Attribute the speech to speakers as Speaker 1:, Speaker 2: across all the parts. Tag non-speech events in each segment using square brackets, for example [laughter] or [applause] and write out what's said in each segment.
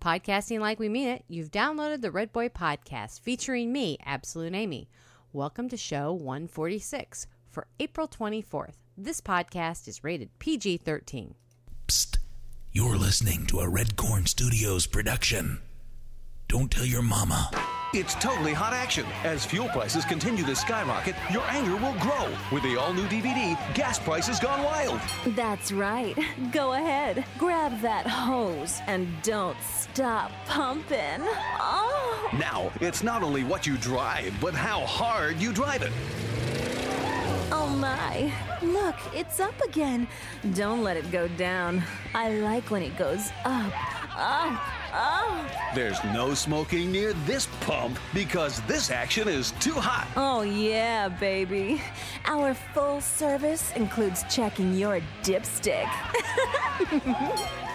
Speaker 1: podcasting like we mean it, you've downloaded the Red Boy Podcast featuring me, Absolute Amy. Welcome to show 146 for April 24th. This podcast is rated PG 13.
Speaker 2: Psst. You're listening to a Red Corn Studios production. Don't tell your mama.
Speaker 3: It's totally hot action. As fuel prices continue to skyrocket, your anger will grow. With the all new DVD, Gas Prices Gone Wild.
Speaker 4: That's right. [laughs] Go ahead, grab that hose, and don't stop pumping. Oh!
Speaker 3: Now, it's not only what you drive, but how hard you drive it.
Speaker 4: Oh my. Look, it's up again. Don't let it go down. I like when it goes up, up, up.
Speaker 3: There's no smoking near this pump because this action is too hot.
Speaker 4: Oh, yeah, baby. Our full service includes checking your dipstick.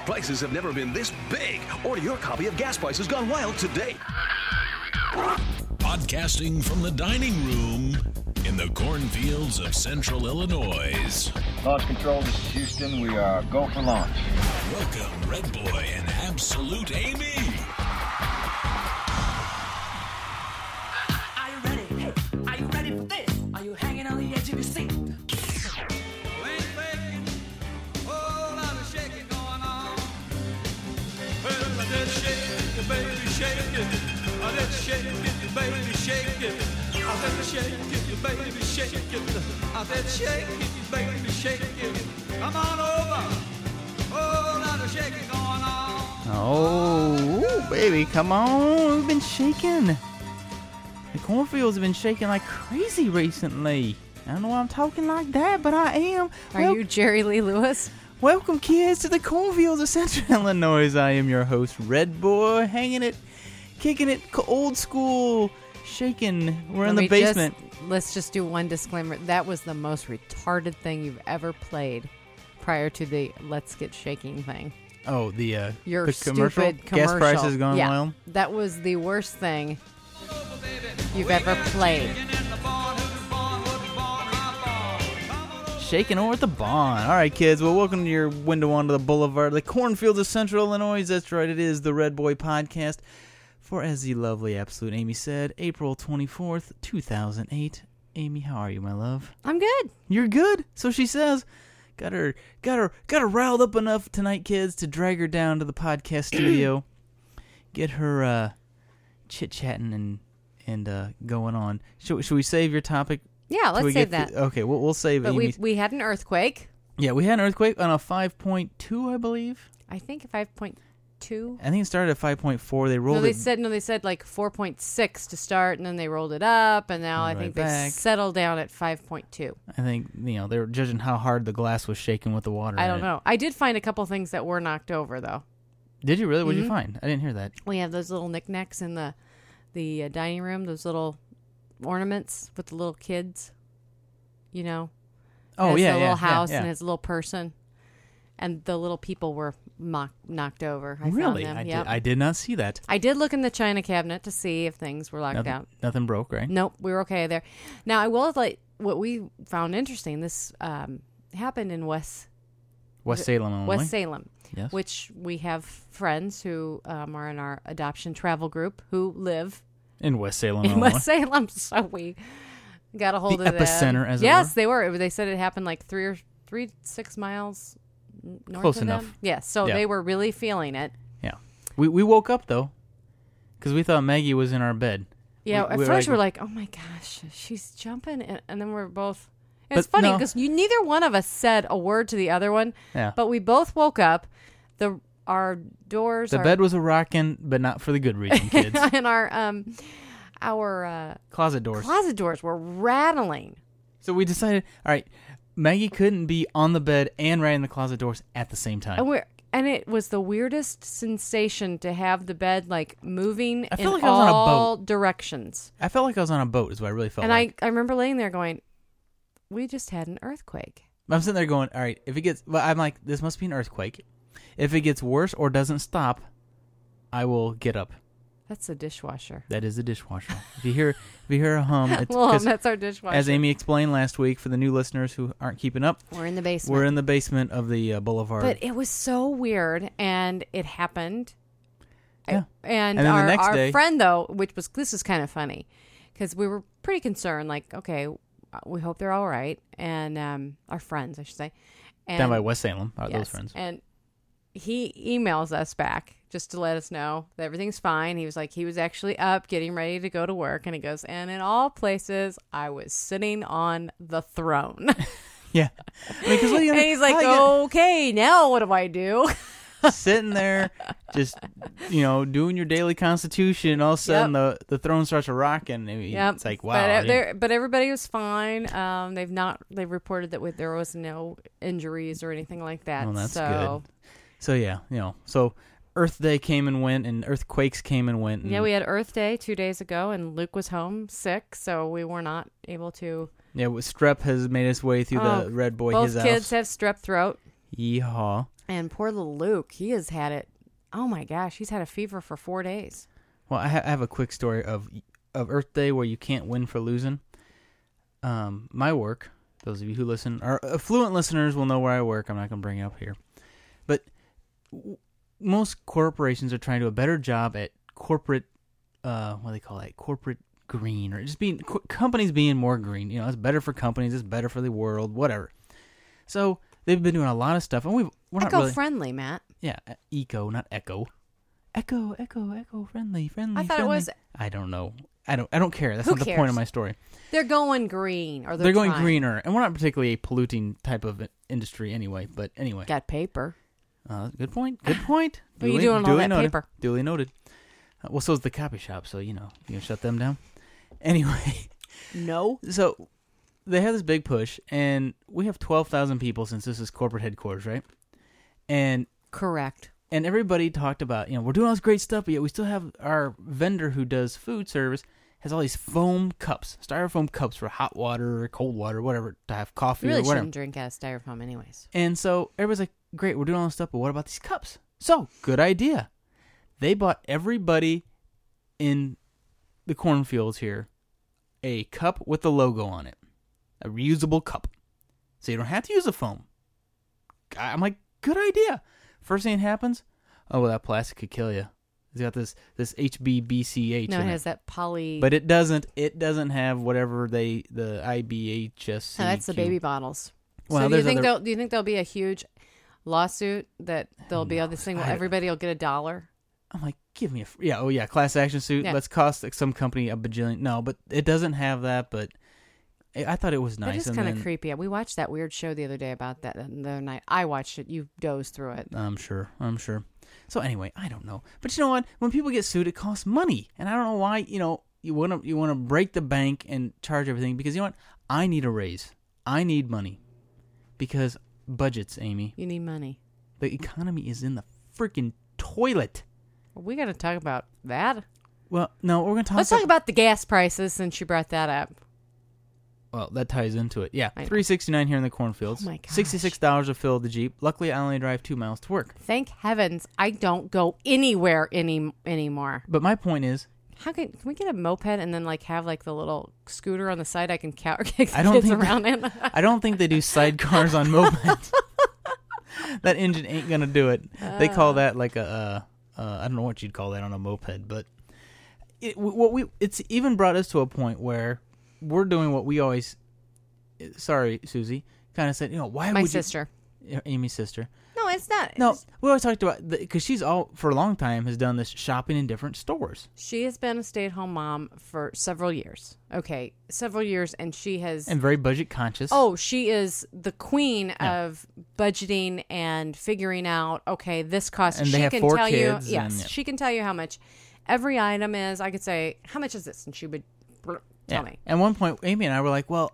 Speaker 3: Prices have never been this big. Order your copy of Gas Prices Gone Wild today.
Speaker 2: Podcasting from the dining room in the cornfields of central Illinois.
Speaker 5: Launch control, this is Houston. We are go for launch.
Speaker 2: Welcome, Red Boy and Absolute Amy.
Speaker 6: Are you ready? Hey, are you ready for this? Are you hanging on the edge of your seat?
Speaker 7: I said shake it, you baby, shake it. Come on over. Oh, now the shaking going on.
Speaker 8: Oh, ooh, baby, come on. We've been shaking. The cornfields have been shaking like crazy recently. I don't know why I'm talking like that, but I am.
Speaker 1: Are
Speaker 8: Wel-
Speaker 1: you Jerry Lee Lewis?
Speaker 8: Welcome, kids, to the cornfields of Central [laughs] Illinois. I am your host, Red Boy, hanging it, kicking it, c- old school, shaking. We're in
Speaker 1: Let
Speaker 8: the
Speaker 1: me just-
Speaker 8: basement.
Speaker 1: let's just do one disclaimer. That was the most retarded thing you've ever played prior to the let's get shaking thing.
Speaker 8: Oh, the uh,
Speaker 1: Your
Speaker 8: the commercial.
Speaker 1: stupid
Speaker 8: Gas
Speaker 1: commercial.
Speaker 8: prices gone
Speaker 1: yeah,
Speaker 8: wild.
Speaker 1: That was the worst thing you've ever played.
Speaker 8: Shaking over at the barn. All right, kids. Well, welcome to your window onto the boulevard, the cornfields of Central Illinois. That's right. It is the Red Boy Podcast. For as the lovely absolute Amy said, April twenty fourth, two thousand eight. Amy, how are you, my love?
Speaker 1: I'm good.
Speaker 8: You're good. So she says. Got her, got her, got her riled up enough tonight, kids, to drag her down to
Speaker 1: [clears throat]
Speaker 8: the podcast studio, get her uh, chit chatting and and uh, going on. Should, should we save your topic?
Speaker 1: Yeah,
Speaker 8: till
Speaker 1: let's
Speaker 8: we
Speaker 1: save
Speaker 8: get
Speaker 1: that.
Speaker 8: to- okay, we'll, we'll save
Speaker 1: But we
Speaker 8: Amy's-
Speaker 1: we had an earthquake.
Speaker 8: yeah, we had an earthquake on a 5.2, I believe.
Speaker 1: I think five point two.
Speaker 8: I think it started at 5.4. They rolled
Speaker 1: No, they
Speaker 8: it.
Speaker 1: said no. They said like four point six to start, and then they rolled it up, and now I
Speaker 8: Right
Speaker 1: think they
Speaker 8: back.
Speaker 1: settled down at five point two.
Speaker 8: I think you know they were judging how hard the glass was shaking with the water.
Speaker 1: I
Speaker 8: in
Speaker 1: don't
Speaker 8: it.
Speaker 1: know. I did find a couple things that were knocked over though.
Speaker 8: Did you really? What
Speaker 1: Mm-hmm.
Speaker 8: did you find? I didn't hear that.
Speaker 1: We have those little knickknacks in the the uh, dining room. Those little ornaments with the little kids. You know.
Speaker 8: Oh
Speaker 1: has
Speaker 8: yeah,
Speaker 1: the
Speaker 8: yeah,
Speaker 1: little
Speaker 8: yeah,
Speaker 1: house
Speaker 8: yeah.
Speaker 1: and his little person, and the little people were mock- knocked over. I
Speaker 8: really?
Speaker 1: found
Speaker 8: I
Speaker 1: them. Yep.
Speaker 8: did. I did not see that.
Speaker 1: I did look in the china cabinet to see if things were locked
Speaker 8: Nothing,
Speaker 1: out.
Speaker 8: nothing broke, right?
Speaker 1: Nope, we were okay there. Now I will like what we found interesting. This um, happened in West
Speaker 8: West Salem only.
Speaker 1: West Salem,
Speaker 8: Yes.
Speaker 1: which we have friends who um, are in our adoption travel group who live
Speaker 8: in West Salem
Speaker 1: [laughs] in
Speaker 8: only.
Speaker 1: West Salem. So we got a hold
Speaker 8: The
Speaker 1: of them.
Speaker 8: epicenter, as it
Speaker 1: yes,
Speaker 8: were?
Speaker 1: they were. They said it happened like three or three six miles n- north
Speaker 8: Close
Speaker 1: of
Speaker 8: enough.
Speaker 1: them. Yes, so
Speaker 8: Yeah.
Speaker 1: they were really feeling it.
Speaker 8: Yeah. We we woke up though, because we thought Maggie was in our bed.
Speaker 1: Yeah,
Speaker 8: We-
Speaker 1: at
Speaker 8: we
Speaker 1: first we're like, oh my gosh, she's jumping, and, and then we're both. It's
Speaker 8: But
Speaker 1: funny
Speaker 8: no.
Speaker 1: because you neither one of us said a word to the other one,
Speaker 8: Yeah.
Speaker 1: but we both woke up. The our doors,
Speaker 8: the
Speaker 1: our,
Speaker 8: bed was a rocking, but not for the
Speaker 1: [laughs]
Speaker 8: good reason, kids.
Speaker 1: and our um, our uh,
Speaker 8: Closet doors.
Speaker 1: closet doors were rattling.
Speaker 8: So we decided, all right, Maggie couldn't be on the bed and right in the closet doors at the same time.
Speaker 1: And we are and it was the weirdest sensation to have the bed like moving
Speaker 8: I
Speaker 1: in
Speaker 8: feel like I was on a
Speaker 1: all
Speaker 8: boat.
Speaker 1: directions.
Speaker 8: I felt like I was on a boat, is what I really felt
Speaker 1: and
Speaker 8: like.
Speaker 1: I, I remember laying there going, "We just had an earthquake."
Speaker 8: I'm sitting there going, all right, if it gets, well, I'm like, this must be an earthquake. If it gets worse or doesn't stop, I will get up.
Speaker 1: That's the dishwasher.
Speaker 8: That is the dishwasher. if you hear, if you hear
Speaker 1: [laughs]
Speaker 8: a hum, it's
Speaker 1: Well,
Speaker 8: 'cause
Speaker 1: that's our dishwasher.
Speaker 8: as Amy explained last week for the new listeners who aren't keeping up,
Speaker 1: we're in the basement.
Speaker 8: we're in the basement of the uh, boulevard.
Speaker 1: but it was so weird, and it happened
Speaker 8: Yeah.
Speaker 1: And,
Speaker 8: And then the
Speaker 1: our,
Speaker 8: next
Speaker 1: our
Speaker 8: day-
Speaker 1: friend though, which was this is kind of funny because we were pretty concerned. Like, okay, uh, we hope they're all right, and um, our friends, I should say. And,
Speaker 8: Down by West Salem. Are those
Speaker 1: yes,
Speaker 8: friends?
Speaker 1: And he emails us back just to let us know that everything's fine. He was like, he was actually up getting ready to go to work, and he goes, and in all places, I was sitting on the throne. [laughs]
Speaker 8: Yeah. I mean, 'cause what are you Oh,
Speaker 1: and
Speaker 8: gonna-
Speaker 1: he's like,
Speaker 8: how are you gonna-
Speaker 1: okay, now what do I do? [laughs]
Speaker 8: sitting there, just you know, doing your daily constitution. and All of a sudden, the the throne starts rocking. I mean,
Speaker 1: Yep.
Speaker 8: It's like wow. I
Speaker 1: But,
Speaker 8: didn't-
Speaker 1: there- but everybody was fine. Um, they've not. They reported that with, there was no injuries or anything like that.
Speaker 8: Well, that's
Speaker 1: so
Speaker 8: so yeah, you know, so Earth Day came and went, and earthquakes came and went. And,
Speaker 1: yeah, we had Earth Day two days ago, and Luke was home sick, so we were not able to.
Speaker 8: yeah. well, Strep has made his way through
Speaker 1: Oh,
Speaker 8: the Red Boy.
Speaker 1: Both
Speaker 8: his
Speaker 1: kids
Speaker 8: house.
Speaker 1: have strep throat,
Speaker 8: Yeehaw.
Speaker 1: and poor little Luke, he has had it. Oh my gosh, he's had a fever for four days.
Speaker 8: Well, I, ha- I have a quick story of of Earth Day where you can't win for losing. Um, my work. Those of you who listen, our affluent listeners will know where I work. I'm not going to bring it up here, but w- most corporations are trying to do a better job at corporate. Uh, what do they call that? Corporate green, or just being co- companies being more green. You know, it's better for companies. It's better for the world. Whatever. So they've been doing a lot of stuff, and we've we're not
Speaker 1: Eco
Speaker 8: really
Speaker 1: friendly, Matt.
Speaker 8: yeah, e- eco, not echo. Echo, echo, echo, friendly, friendly.
Speaker 1: I thought it
Speaker 8: friendly.
Speaker 1: was-
Speaker 8: I don't know. I don't. I don't care. That's
Speaker 1: Who
Speaker 8: not the point
Speaker 1: cares?
Speaker 8: of my story.
Speaker 1: They're going green, or they're,
Speaker 8: They're, going
Speaker 1: trying.
Speaker 8: greener, and we're not particularly a polluting type of i- industry anyway. But anyway,
Speaker 1: Got paper.
Speaker 8: uh, good point. Good point.
Speaker 1: [sighs] What are you doing with all that
Speaker 8: noted,
Speaker 1: paper?
Speaker 8: Duly noted. Uh, well, so is the copy shop. So you know, you gonna shut them down. [laughs] Anyway,
Speaker 1: No.
Speaker 8: so they have this big push, and we have twelve thousand people since this is corporate headquarters, right? And
Speaker 1: Correct.
Speaker 8: and everybody talked about you know we're doing all this great stuff but yet we still have our vendor who does food service has all these foam cups styrofoam cups for hot water or cold water whatever to have coffee
Speaker 1: You really
Speaker 8: or whatever
Speaker 1: shouldn't drink out of styrofoam, anyways.
Speaker 8: and so everybody's like great we're doing all this stuff but what about these cups so good idea they bought everybody in the cornfields here a cup with the logo on it a reusable cup so you don't have to use a foam I- I'm like, good idea. First thing that happens, oh well, that plastic could kill you. It's got this this HBBCH.
Speaker 1: No, it
Speaker 8: in
Speaker 1: has that poly.
Speaker 8: but it doesn't. It doesn't have whatever they the IBHS.
Speaker 1: Oh, that's the baby bottles. so
Speaker 8: Well,
Speaker 1: do you
Speaker 8: there's
Speaker 1: think
Speaker 8: other-
Speaker 1: there'll do you think there'll be a huge lawsuit that there'll be on this thing where
Speaker 8: I-
Speaker 1: everybody will get a dollar?
Speaker 8: I'm like, give me a fr- yeah, oh yeah, class action suit.
Speaker 1: Yeah.
Speaker 8: Let's cost like, some company a bajillion. No, but it doesn't have that. But I I thought it was nice.
Speaker 1: They're just
Speaker 8: and
Speaker 1: kind of
Speaker 8: then-
Speaker 1: creepy. We watched that weird show the other day about that the other night. I watched it. You dozed through it.
Speaker 8: I'm sure. I'm sure. So anyway, I don't know. But you know what? When people get sued, it costs money, and I don't know why. You know, you want to you want to break the bank and charge everything because you know what? I need a raise. I need money because budgets, Amy.
Speaker 1: You need money.
Speaker 8: The economy is in the freaking toilet.
Speaker 1: We got to talk about that.
Speaker 8: Well, no, we're gonna talk.
Speaker 1: Let's talk about the gas prices since you brought that up.
Speaker 8: Well, that ties into it. Yeah,
Speaker 1: I know.
Speaker 8: three sixty nine here in the cornfields.
Speaker 1: Oh my gosh.
Speaker 8: Sixty six dollars to fill the jeep. Luckily, I only drive two miles to work.
Speaker 1: Thank heavens I don't go anywhere any anymore.
Speaker 8: But my point is,
Speaker 1: How can can we get a moped and then like have like the little scooter on the side I can cow- kick the
Speaker 8: I
Speaker 1: [laughs]
Speaker 8: don't
Speaker 1: kids
Speaker 8: think
Speaker 1: around in?
Speaker 8: [laughs] I don't think they do sidecars on mopeds. [laughs] that engine ain't gonna do it. They call that like a uh, uh, I don't know what you'd call that on a moped, but it, w- what we it's even brought us to a point where we're doing what we always. Sorry, Susie, kind of said you know
Speaker 1: [laughs]
Speaker 8: why
Speaker 1: My
Speaker 8: would you-
Speaker 1: sister.
Speaker 8: Amy's sister.
Speaker 1: No, it's not.
Speaker 8: No, we always talked about because she's all for a long time has done this shopping in different stores.
Speaker 1: She has been a stay at home mom for several years. Okay, several years, and she has.
Speaker 8: and very budget conscious.
Speaker 1: oh, she is the queen of budgeting and figuring out. Okay, this costs.
Speaker 8: And
Speaker 1: she
Speaker 8: they have
Speaker 1: can
Speaker 8: four
Speaker 1: tell
Speaker 8: kids
Speaker 1: you. Yes,
Speaker 8: and- yeah.
Speaker 1: she can tell you how much every item is. I could say how much is this, and she would br-
Speaker 8: yeah.
Speaker 1: tell me.
Speaker 8: At one point, Amy and I were like, "Well,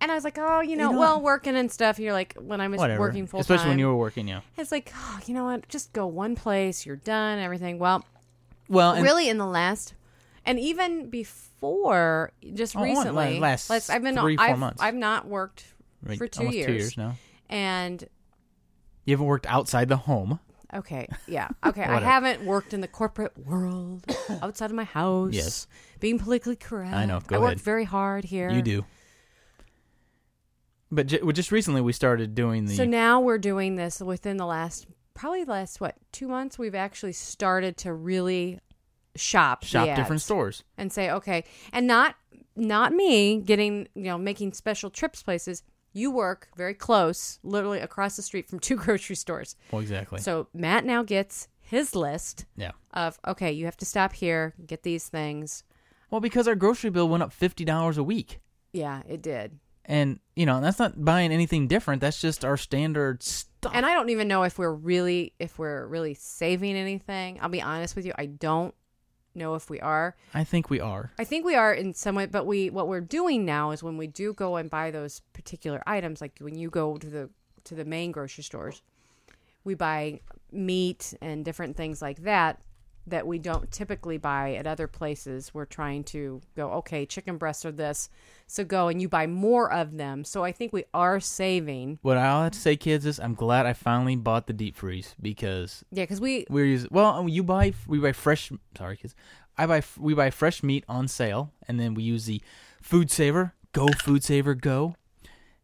Speaker 1: And I was like, oh, you know,
Speaker 8: know
Speaker 1: well,
Speaker 8: what?
Speaker 1: working and stuff. You're like, when I was
Speaker 8: whatever."
Speaker 1: working full time,
Speaker 8: Especially when you were working, yeah.
Speaker 1: It's like, oh, you know what? Just go one place. You're done. Everything. Well,
Speaker 8: Well, Uh, and
Speaker 1: really in the last and even before just
Speaker 8: Oh, on-
Speaker 1: recently
Speaker 8: like last
Speaker 1: like, I've been
Speaker 8: three, four
Speaker 1: I've,
Speaker 8: months.
Speaker 1: I've not worked
Speaker 8: Right,
Speaker 1: for 2
Speaker 8: almost
Speaker 1: years.
Speaker 8: two years now.
Speaker 1: And
Speaker 8: You haven't worked outside the home.
Speaker 1: okay,
Speaker 8: [laughs]
Speaker 1: yeah. Okay, I
Speaker 8: Whatever.
Speaker 1: haven't worked in the corporate
Speaker 8: [coughs]
Speaker 1: world outside of my house.
Speaker 8: Yes.
Speaker 1: Being politically correct.
Speaker 8: I know, go
Speaker 1: I work
Speaker 8: ahead.
Speaker 1: very hard here.
Speaker 8: You do. But ju- well, just recently we started doing the
Speaker 1: So now we're doing this within the last probably the last what two months we've actually started to really shop the
Speaker 8: Shop different
Speaker 1: ads
Speaker 8: stores.
Speaker 1: and say okay and not not me getting you know making special trips places you work very close literally across the street from two [laughs] grocery stores
Speaker 8: Well, exactly.
Speaker 1: so matt now gets his list
Speaker 8: yeah.
Speaker 1: of okay you have to stop here get these things
Speaker 8: Well, because our grocery bill went up fifty dollars a week,
Speaker 1: yeah it did
Speaker 8: and you know that's not buying anything different. That's just our standard stuff.
Speaker 1: and i don't even know if we're really if we're really saving anything i'll be honest with you i don't know if we are
Speaker 8: I think we are.
Speaker 1: I think we are in some way, but we what we're doing now is when we do go and buy those particular items, like when you go to the to the main grocery stores, we buy meat and different things like that that we don't typically buy at other places. We're trying to go, okay, chicken breasts are this, so go and you buy more of them. So I think we are saving,
Speaker 8: What I'll have to say, kids, is I'm glad I finally bought the deep freeze because
Speaker 1: yeah, because we
Speaker 8: we're using. Well, you buy we buy fresh. Sorry, kids. I buy we buy fresh meat on sale, and then we use the food saver. Go food saver. Go.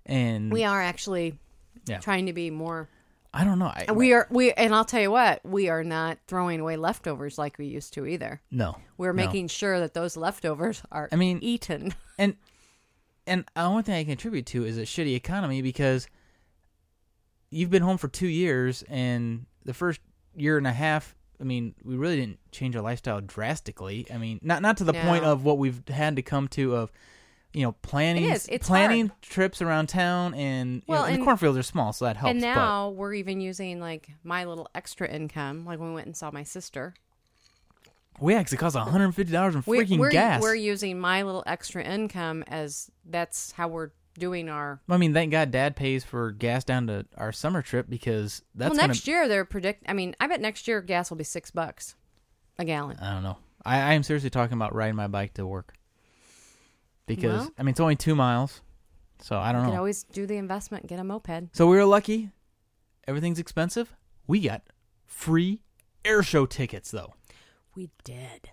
Speaker 8: And
Speaker 1: we are actually
Speaker 8: Yeah.
Speaker 1: trying to be more.
Speaker 8: I don't know. I,
Speaker 1: We are we, and I'll tell you what, we are not throwing away leftovers like we used to either.
Speaker 8: no.
Speaker 1: We're
Speaker 8: no.
Speaker 1: making sure that those leftovers are
Speaker 8: I mean-
Speaker 1: [laughs] eaten.
Speaker 8: and and the only thing I can attribute to is a shitty economy because you've been home for two years, and the first year and a half, I mean, we really didn't change our lifestyle drastically. I mean, not not to the point
Speaker 1: No.
Speaker 8: of what we've had to come to of. You know, planning
Speaker 1: It is. It's
Speaker 8: planning trips around town, and, you
Speaker 1: Well,
Speaker 8: know, and
Speaker 1: and-
Speaker 8: the cornfields are small, so that helps.
Speaker 1: and
Speaker 8: but-
Speaker 1: now we're even using like my little extra income. Like when we went and saw my sister,
Speaker 8: Well, yeah, 'cause it costs one hundred and fifty dollars in
Speaker 1: we,
Speaker 8: freaking
Speaker 1: we're,
Speaker 8: gas.
Speaker 1: We're using my little extra income as that's how we're doing our.
Speaker 8: I mean, thank God Dad pays for gas down to our summer trip because that's
Speaker 1: well,
Speaker 8: gonna-
Speaker 1: next year they're predict. I mean, I bet next year gas will be six bucks a gallon.
Speaker 8: I don't know. I, I am seriously talking about riding my bike to work because
Speaker 1: Well.
Speaker 8: I mean it's only two miles, so I don't
Speaker 1: You could
Speaker 8: know.
Speaker 1: always do the investment, and get a moped.
Speaker 8: so we were lucky. Everything's expensive. We got free air show tickets though.
Speaker 1: We did.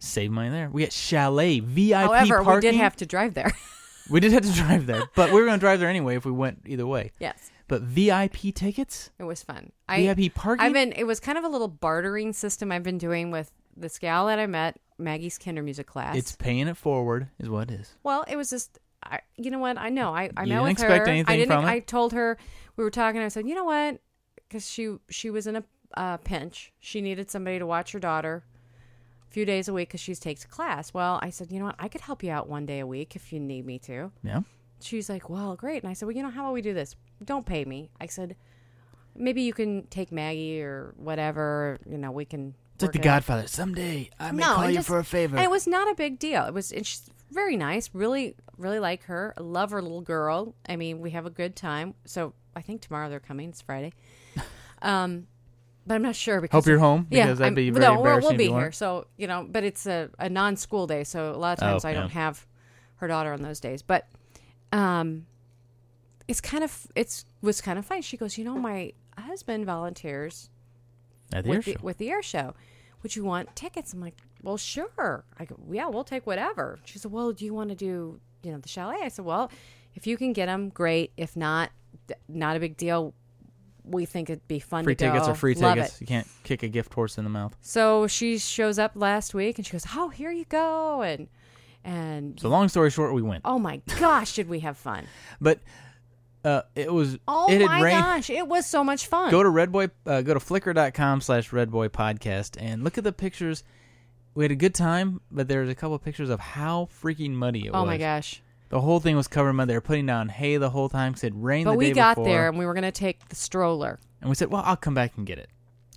Speaker 8: Save money there. We got chalet VIP
Speaker 1: However,
Speaker 8: parking.
Speaker 1: we did have to drive there. [laughs]
Speaker 8: [laughs] We did have to drive there, but we were going to drive there anyway if we went either way.
Speaker 1: yes,
Speaker 8: But VIP tickets.
Speaker 1: it was fun.
Speaker 8: VIP parking?
Speaker 1: I've been. It was kind of a little bartering system I've been doing with this gal that I met, Maggie's kinder music class.
Speaker 8: It's paying it forward, is what it is.
Speaker 1: Well, it was just, I, you know what? I know. I, I
Speaker 8: You
Speaker 1: met
Speaker 8: didn't
Speaker 1: with her.
Speaker 8: expect
Speaker 1: I
Speaker 8: anything
Speaker 1: didn't.
Speaker 8: from it?
Speaker 1: I told her we were talking. I said, you know what? Because she she was in a uh, pinch. She needed somebody to watch her daughter a few days a week because she takes class. Well, I said, you know what? I could help you out one day a week if you need me to.
Speaker 8: Yeah.
Speaker 1: She's like, well, great. And I said, well, you know, how about we do this? Don't pay me. I said, maybe you can take Maggie or whatever. You know, we can.
Speaker 8: It's like
Speaker 1: work
Speaker 8: The
Speaker 1: it out."
Speaker 8: Godfather. Someday I may
Speaker 1: no,
Speaker 8: call
Speaker 1: and
Speaker 8: you
Speaker 1: just-
Speaker 8: for a favor.
Speaker 1: And it was not a big deal. It was and she's very nice. Really, really like her. I love her little girl. I mean, we have a good time. So I think tomorrow they're coming. It's
Speaker 8: [laughs]
Speaker 1: Friday. Um, but I'm not sure because
Speaker 8: Hope you're home,
Speaker 1: Yeah,
Speaker 8: because that'd
Speaker 1: I'm-
Speaker 8: be
Speaker 1: no,
Speaker 8: very
Speaker 1: we'll- we'll,
Speaker 8: embarrassing if
Speaker 1: be
Speaker 8: you
Speaker 1: here.
Speaker 8: weren't.
Speaker 1: So you know, but it's a, a non-school day. So a lot of
Speaker 8: Oh,
Speaker 1: times I don't
Speaker 8: yeah.
Speaker 1: have her daughter on those days. But um, it's kind of it's was kind of fun. She goes, you know, my husband volunteers
Speaker 8: At the air
Speaker 1: with the,
Speaker 8: show.
Speaker 1: with the air show. Would you want tickets? I'm like, well, sure. I go, yeah, we'll take whatever. She said, well, do you want to do you know the chalet? I said, well, if you can get them, great. If not, th- not a big deal. We think it'd be fun.
Speaker 8: free
Speaker 1: to
Speaker 8: tickets
Speaker 1: go.
Speaker 8: are free
Speaker 1: Love
Speaker 8: tickets.
Speaker 1: it.
Speaker 8: You can't kick a gift horse in the mouth.
Speaker 1: So she shows up last week and she goes, oh, here you go, and and
Speaker 8: So long story short, we went.
Speaker 1: oh my gosh, did we have fun?
Speaker 8: But uh, it was
Speaker 1: Oh
Speaker 8: it had
Speaker 1: my
Speaker 8: rained.
Speaker 1: gosh, it was so much fun.
Speaker 8: Go to redboy. Uh, go to flickr.com slash redboy podcast and look at the pictures. We had a good time, but there's a couple pictures of how freaking muddy it
Speaker 1: oh
Speaker 8: was.
Speaker 1: my gosh.
Speaker 8: The whole thing was covered in mud. They were putting down hay the whole time because it rained.
Speaker 1: But
Speaker 8: the
Speaker 1: we
Speaker 8: day
Speaker 1: got
Speaker 8: before.
Speaker 1: there and we were gonna take the stroller.
Speaker 8: and we said, "Well, I'll come back and get it."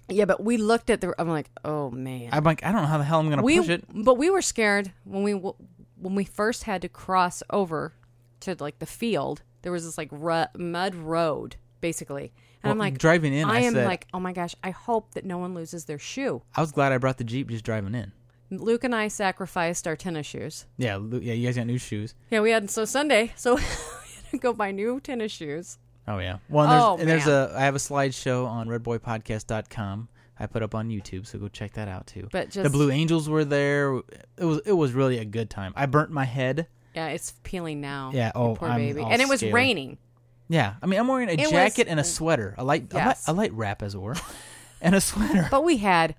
Speaker 1: Yeah, but we looked at the. I'm like, oh man.
Speaker 8: I'm like, I don't know how the hell I'm going to
Speaker 1: we,
Speaker 8: push it.
Speaker 1: But we were scared when we w- when we first had to cross over to like the field. There was this like ru- mud road basically, and I'm
Speaker 8: Well,
Speaker 1: like
Speaker 8: driving in, I
Speaker 1: am
Speaker 8: said-
Speaker 1: like, oh my gosh, I hope that no one loses their shoe.
Speaker 8: I was glad I brought the jeep just driving in.
Speaker 1: Luke and I sacrificed our tennis shoes.
Speaker 8: Yeah, Lu- yeah, you guys got new shoes.
Speaker 1: Yeah, we had so Sunday, [laughs] so we had to go buy new tennis shoes.
Speaker 8: Oh yeah. Well, and there's,
Speaker 1: Oh,
Speaker 8: and there's
Speaker 1: man.
Speaker 8: a I have a slideshow on redboypodcast.com. I put up on YouTube, so go check that out too.
Speaker 1: But
Speaker 8: the
Speaker 1: just-
Speaker 8: Blue Angels were there. It was it was really a good time. I burnt my head.
Speaker 1: Yeah, it's peeling now.
Speaker 8: Yeah,
Speaker 1: you
Speaker 8: oh,
Speaker 1: poor
Speaker 8: I'm
Speaker 1: baby.
Speaker 8: all
Speaker 1: And it was
Speaker 8: [laughs] scared.
Speaker 1: raining.
Speaker 8: Yeah, I mean, I'm wearing a
Speaker 1: was-
Speaker 8: jacket and a sweater, a light, a light,
Speaker 1: Yes.
Speaker 8: a light wrap, as it were, [laughs] and a sweater.
Speaker 1: But we had it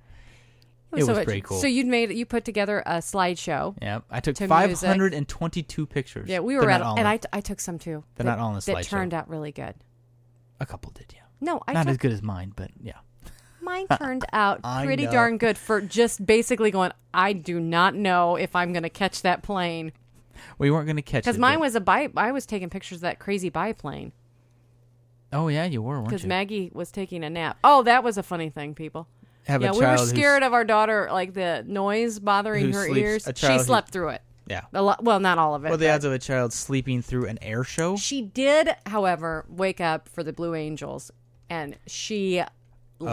Speaker 8: It
Speaker 1: so
Speaker 8: was
Speaker 1: much-
Speaker 8: pretty cool.
Speaker 1: So you'd made you put together a slideshow.
Speaker 8: yeah, I took
Speaker 1: To music.
Speaker 8: 522 pictures.
Speaker 1: Yeah, we
Speaker 8: They're
Speaker 1: were
Speaker 8: not
Speaker 1: at,
Speaker 8: all
Speaker 1: and
Speaker 8: in-
Speaker 1: I, t- I took some too.
Speaker 8: They're
Speaker 1: that-
Speaker 8: not all in the
Speaker 1: That
Speaker 8: slideshow.
Speaker 1: turned out really good.
Speaker 8: a couple did, yeah,
Speaker 1: No, I
Speaker 8: not
Speaker 1: took,
Speaker 8: as good as mine, but yeah.
Speaker 1: mine turned out
Speaker 8: [laughs] I
Speaker 1: pretty
Speaker 8: know.
Speaker 1: darn good for just basically going. I do not know if I'm going to catch that plane
Speaker 8: We weren't going to catch it,
Speaker 1: because mine
Speaker 8: but-
Speaker 1: was a bi. I was taking pictures of that crazy biplane
Speaker 8: Oh yeah, you were, weren't
Speaker 1: because
Speaker 8: you?
Speaker 1: Maggie was taking a nap. Oh, that was a funny thing, people.
Speaker 8: Have
Speaker 1: yeah,
Speaker 8: a
Speaker 1: we
Speaker 8: child
Speaker 1: were
Speaker 8: who's-
Speaker 1: scared of our daughter, like the noise bothering
Speaker 8: Who
Speaker 1: her
Speaker 8: sleeps-
Speaker 1: ears.
Speaker 8: a
Speaker 1: She
Speaker 8: child who-
Speaker 1: slept through it.
Speaker 8: Yeah.
Speaker 1: A lot, well, not all of it.
Speaker 8: What are the
Speaker 1: but-
Speaker 8: odds of a child sleeping through an air show?
Speaker 1: She did, however, wake up for the Blue Angels, and she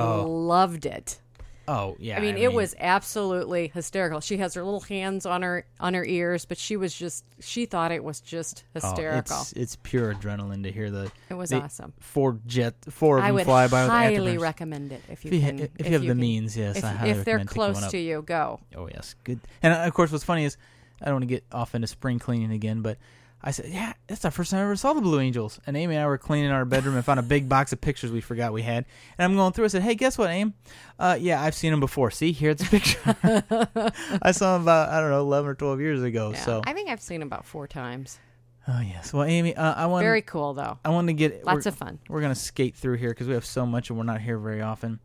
Speaker 1: loved it.
Speaker 8: Oh yeah.
Speaker 1: I mean, it was absolutely hysterical. She has her little hands on her on her ears, but she was just she thought it was just
Speaker 8: oh,
Speaker 1: hysterical.
Speaker 8: it's, it's pure adrenaline to hear the.
Speaker 1: It was
Speaker 8: the
Speaker 1: awesome.
Speaker 8: Four jet, four of
Speaker 1: I
Speaker 8: them
Speaker 1: would
Speaker 8: fly by. with
Speaker 1: highly
Speaker 8: afterburners.
Speaker 1: recommend it if you
Speaker 8: If you ha-
Speaker 1: can,
Speaker 8: if you have the
Speaker 1: can-
Speaker 8: means, yes,
Speaker 1: if,
Speaker 8: I highly
Speaker 1: if they're
Speaker 8: recommend picking one
Speaker 1: close
Speaker 8: up.
Speaker 1: to you, go.
Speaker 8: Oh yes, good. And uh, of course, what's funny is I don't want to get off into spring cleaning again, but I said, yeah, that's the first time I ever saw the Blue Angels. And Amy and I were cleaning our bedroom and found a big box of pictures we forgot we had. And I'm going through. I said, hey, guess what, Aim? Uh, yeah, I've seen them before. See, here's
Speaker 1: [laughs]
Speaker 8: a picture. I saw them about I don't know, eleven or twelve years ago.
Speaker 1: Yeah.
Speaker 8: So
Speaker 1: I think I've seen about four times.
Speaker 8: oh yes. Well, Amy, uh, I want
Speaker 1: Very cool though.
Speaker 8: I want to get
Speaker 1: Lots
Speaker 8: we're-
Speaker 1: of fun.
Speaker 8: We're gonna skate through here because we have so much and we're not here very often.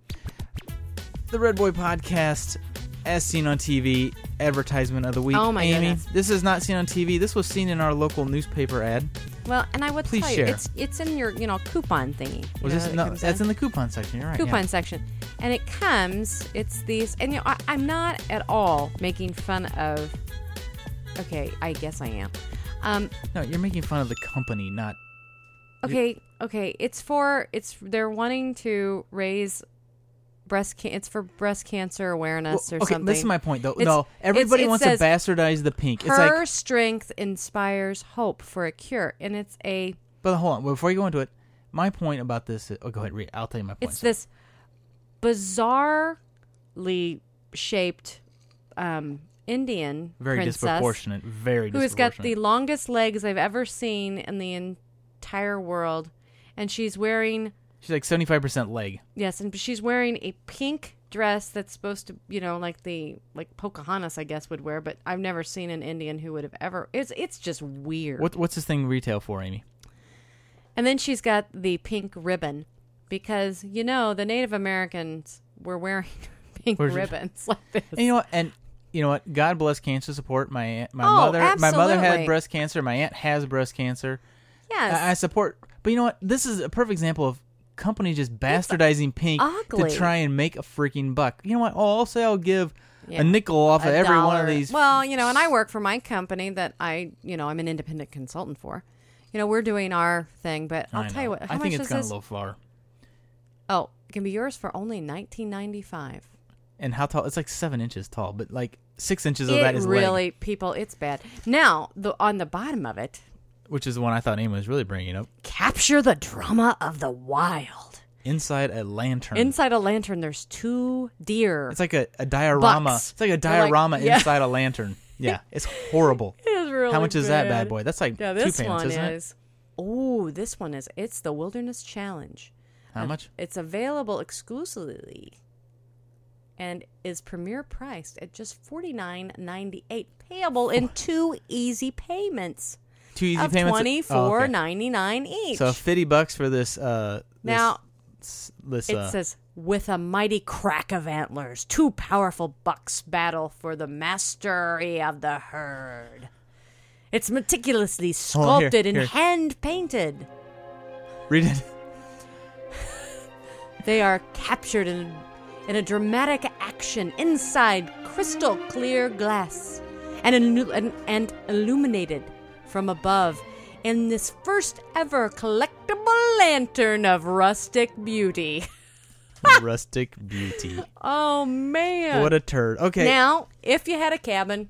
Speaker 8: The Red Boy Podcast, as seen on TV, advertisement of the week.
Speaker 1: Oh, my
Speaker 8: Amy,
Speaker 1: goodness.
Speaker 8: this is not seen on TV. This was seen in our local newspaper ad.
Speaker 1: Well, and I would
Speaker 8: Please
Speaker 1: tell
Speaker 8: share.
Speaker 1: you, it's it's in your you know coupon thingy. you
Speaker 8: Was
Speaker 1: know,
Speaker 8: this
Speaker 1: that
Speaker 8: no?
Speaker 1: comes
Speaker 8: That's
Speaker 1: in.
Speaker 8: in the coupon section. You're right. yeah.
Speaker 1: coupon section and it comes it's these and you know I, i'm not at all making fun of okay i guess i am um
Speaker 8: No, you're making fun of the company, not.
Speaker 1: okay okay it's for it's they're wanting to raise breast can- it's for breast cancer awareness
Speaker 8: Well,
Speaker 1: or
Speaker 8: okay,
Speaker 1: something
Speaker 8: this is my point though.
Speaker 1: It's-
Speaker 8: no,
Speaker 1: it's-
Speaker 8: everybody
Speaker 1: it
Speaker 8: wants
Speaker 1: says,
Speaker 8: to bastardize the pink. It's
Speaker 1: her
Speaker 8: like,
Speaker 1: strength inspires hope for a cure and it's a
Speaker 8: but hold on. Before you go into it, my point about this. Is, oh, go ahead. Read. I'll tell you my point.
Speaker 1: it's this bizarrely shaped um indian
Speaker 8: very
Speaker 1: princess
Speaker 8: disproportionate. Very.
Speaker 1: who has got the
Speaker 8: disproportionate.
Speaker 1: longest legs I've ever seen in the entire world, and she's wearing
Speaker 8: She's like seventy five percent leg.
Speaker 1: yes, and she's wearing a pink dress that's supposed to you know like the like Pocahontas I guess would wear, but I've never seen an Indian who would have ever. It's it's just weird.
Speaker 8: What what's this thing retail for, Amy?
Speaker 1: And then she's got the pink ribbon because you know the Native Americans were wearing [laughs] pink
Speaker 8: Where's your-
Speaker 1: ribbons [laughs] like this.
Speaker 8: And you know what? And you know what? God bless cancer support. My aunt, my
Speaker 1: Oh,
Speaker 8: mother my mother
Speaker 1: absolutely.
Speaker 8: had breast cancer. My aunt has breast cancer.
Speaker 1: yes,
Speaker 8: I, I support. But you know what? This is a perfect example of companies just bastardizing pink
Speaker 1: ugly.
Speaker 8: to try and make a freaking buck. You know what? Oh, I'll say I'll give
Speaker 1: Yeah.
Speaker 8: a nickel off of
Speaker 1: a
Speaker 8: every one
Speaker 1: dollar.
Speaker 8: of these.
Speaker 1: Well, you know, and I work for my company that I, you know, I'm an independent consultant for. You know, we're doing our thing, but I'll
Speaker 8: I
Speaker 1: tell you
Speaker 8: know.
Speaker 1: what. How
Speaker 8: I
Speaker 1: much
Speaker 8: think it's
Speaker 1: is
Speaker 8: gone
Speaker 1: this?
Speaker 8: a little far.
Speaker 1: Oh, it can be yours for only 19.95.
Speaker 8: And how tall? It's like seven inches tall, but like six inches of that
Speaker 1: It
Speaker 8: is
Speaker 1: really,
Speaker 8: leg,
Speaker 1: people, it's bad. Now, the on the bottom of it,
Speaker 8: which is the one I thought Amy was really bringing up.
Speaker 1: capture the drama of the wild.
Speaker 8: Inside a lantern.
Speaker 1: Inside a lantern, there's two deer.
Speaker 8: It's like a, a diorama.
Speaker 1: Bucks.
Speaker 8: It's like a
Speaker 1: They're like-
Speaker 8: diorama
Speaker 1: yeah.
Speaker 8: inside
Speaker 1: [laughs]
Speaker 8: a lantern. Yeah, it's horrible.
Speaker 1: It is really
Speaker 8: How much is that
Speaker 1: bad.
Speaker 8: bad boy? That's like
Speaker 1: yeah,
Speaker 8: two
Speaker 1: this
Speaker 8: pants,
Speaker 1: one
Speaker 8: isn't
Speaker 1: is. Oh, this one is. It's the Wilderness Challenge.
Speaker 8: it? How much?
Speaker 1: It's available exclusively and is premier priced at just forty nine ninety eight, payable in two easy payments
Speaker 8: Two easy
Speaker 1: of
Speaker 8: payments.
Speaker 1: twenty
Speaker 8: Oh,
Speaker 1: four
Speaker 8: okay.
Speaker 1: ninety nine each.
Speaker 8: So fifty bucks for this. Uh, this-
Speaker 1: now
Speaker 8: s- this,
Speaker 1: it
Speaker 8: uh,
Speaker 1: says with a mighty crack of antlers, two powerful bucks battle for the mastery of the herd. It's meticulously
Speaker 8: on, Oh, here,
Speaker 1: sculpted
Speaker 8: here.
Speaker 1: and hand painted. [laughs]
Speaker 8: read it. [laughs]
Speaker 1: They are captured in, in a dramatic action inside crystal clear glass and, illu- and, and illuminated from above in this first ever collectible lantern of rustic beauty. [laughs]
Speaker 8: Rustic beauty.
Speaker 1: Oh, man.
Speaker 8: What a turd. Okay.
Speaker 1: Now, if you had a cabin,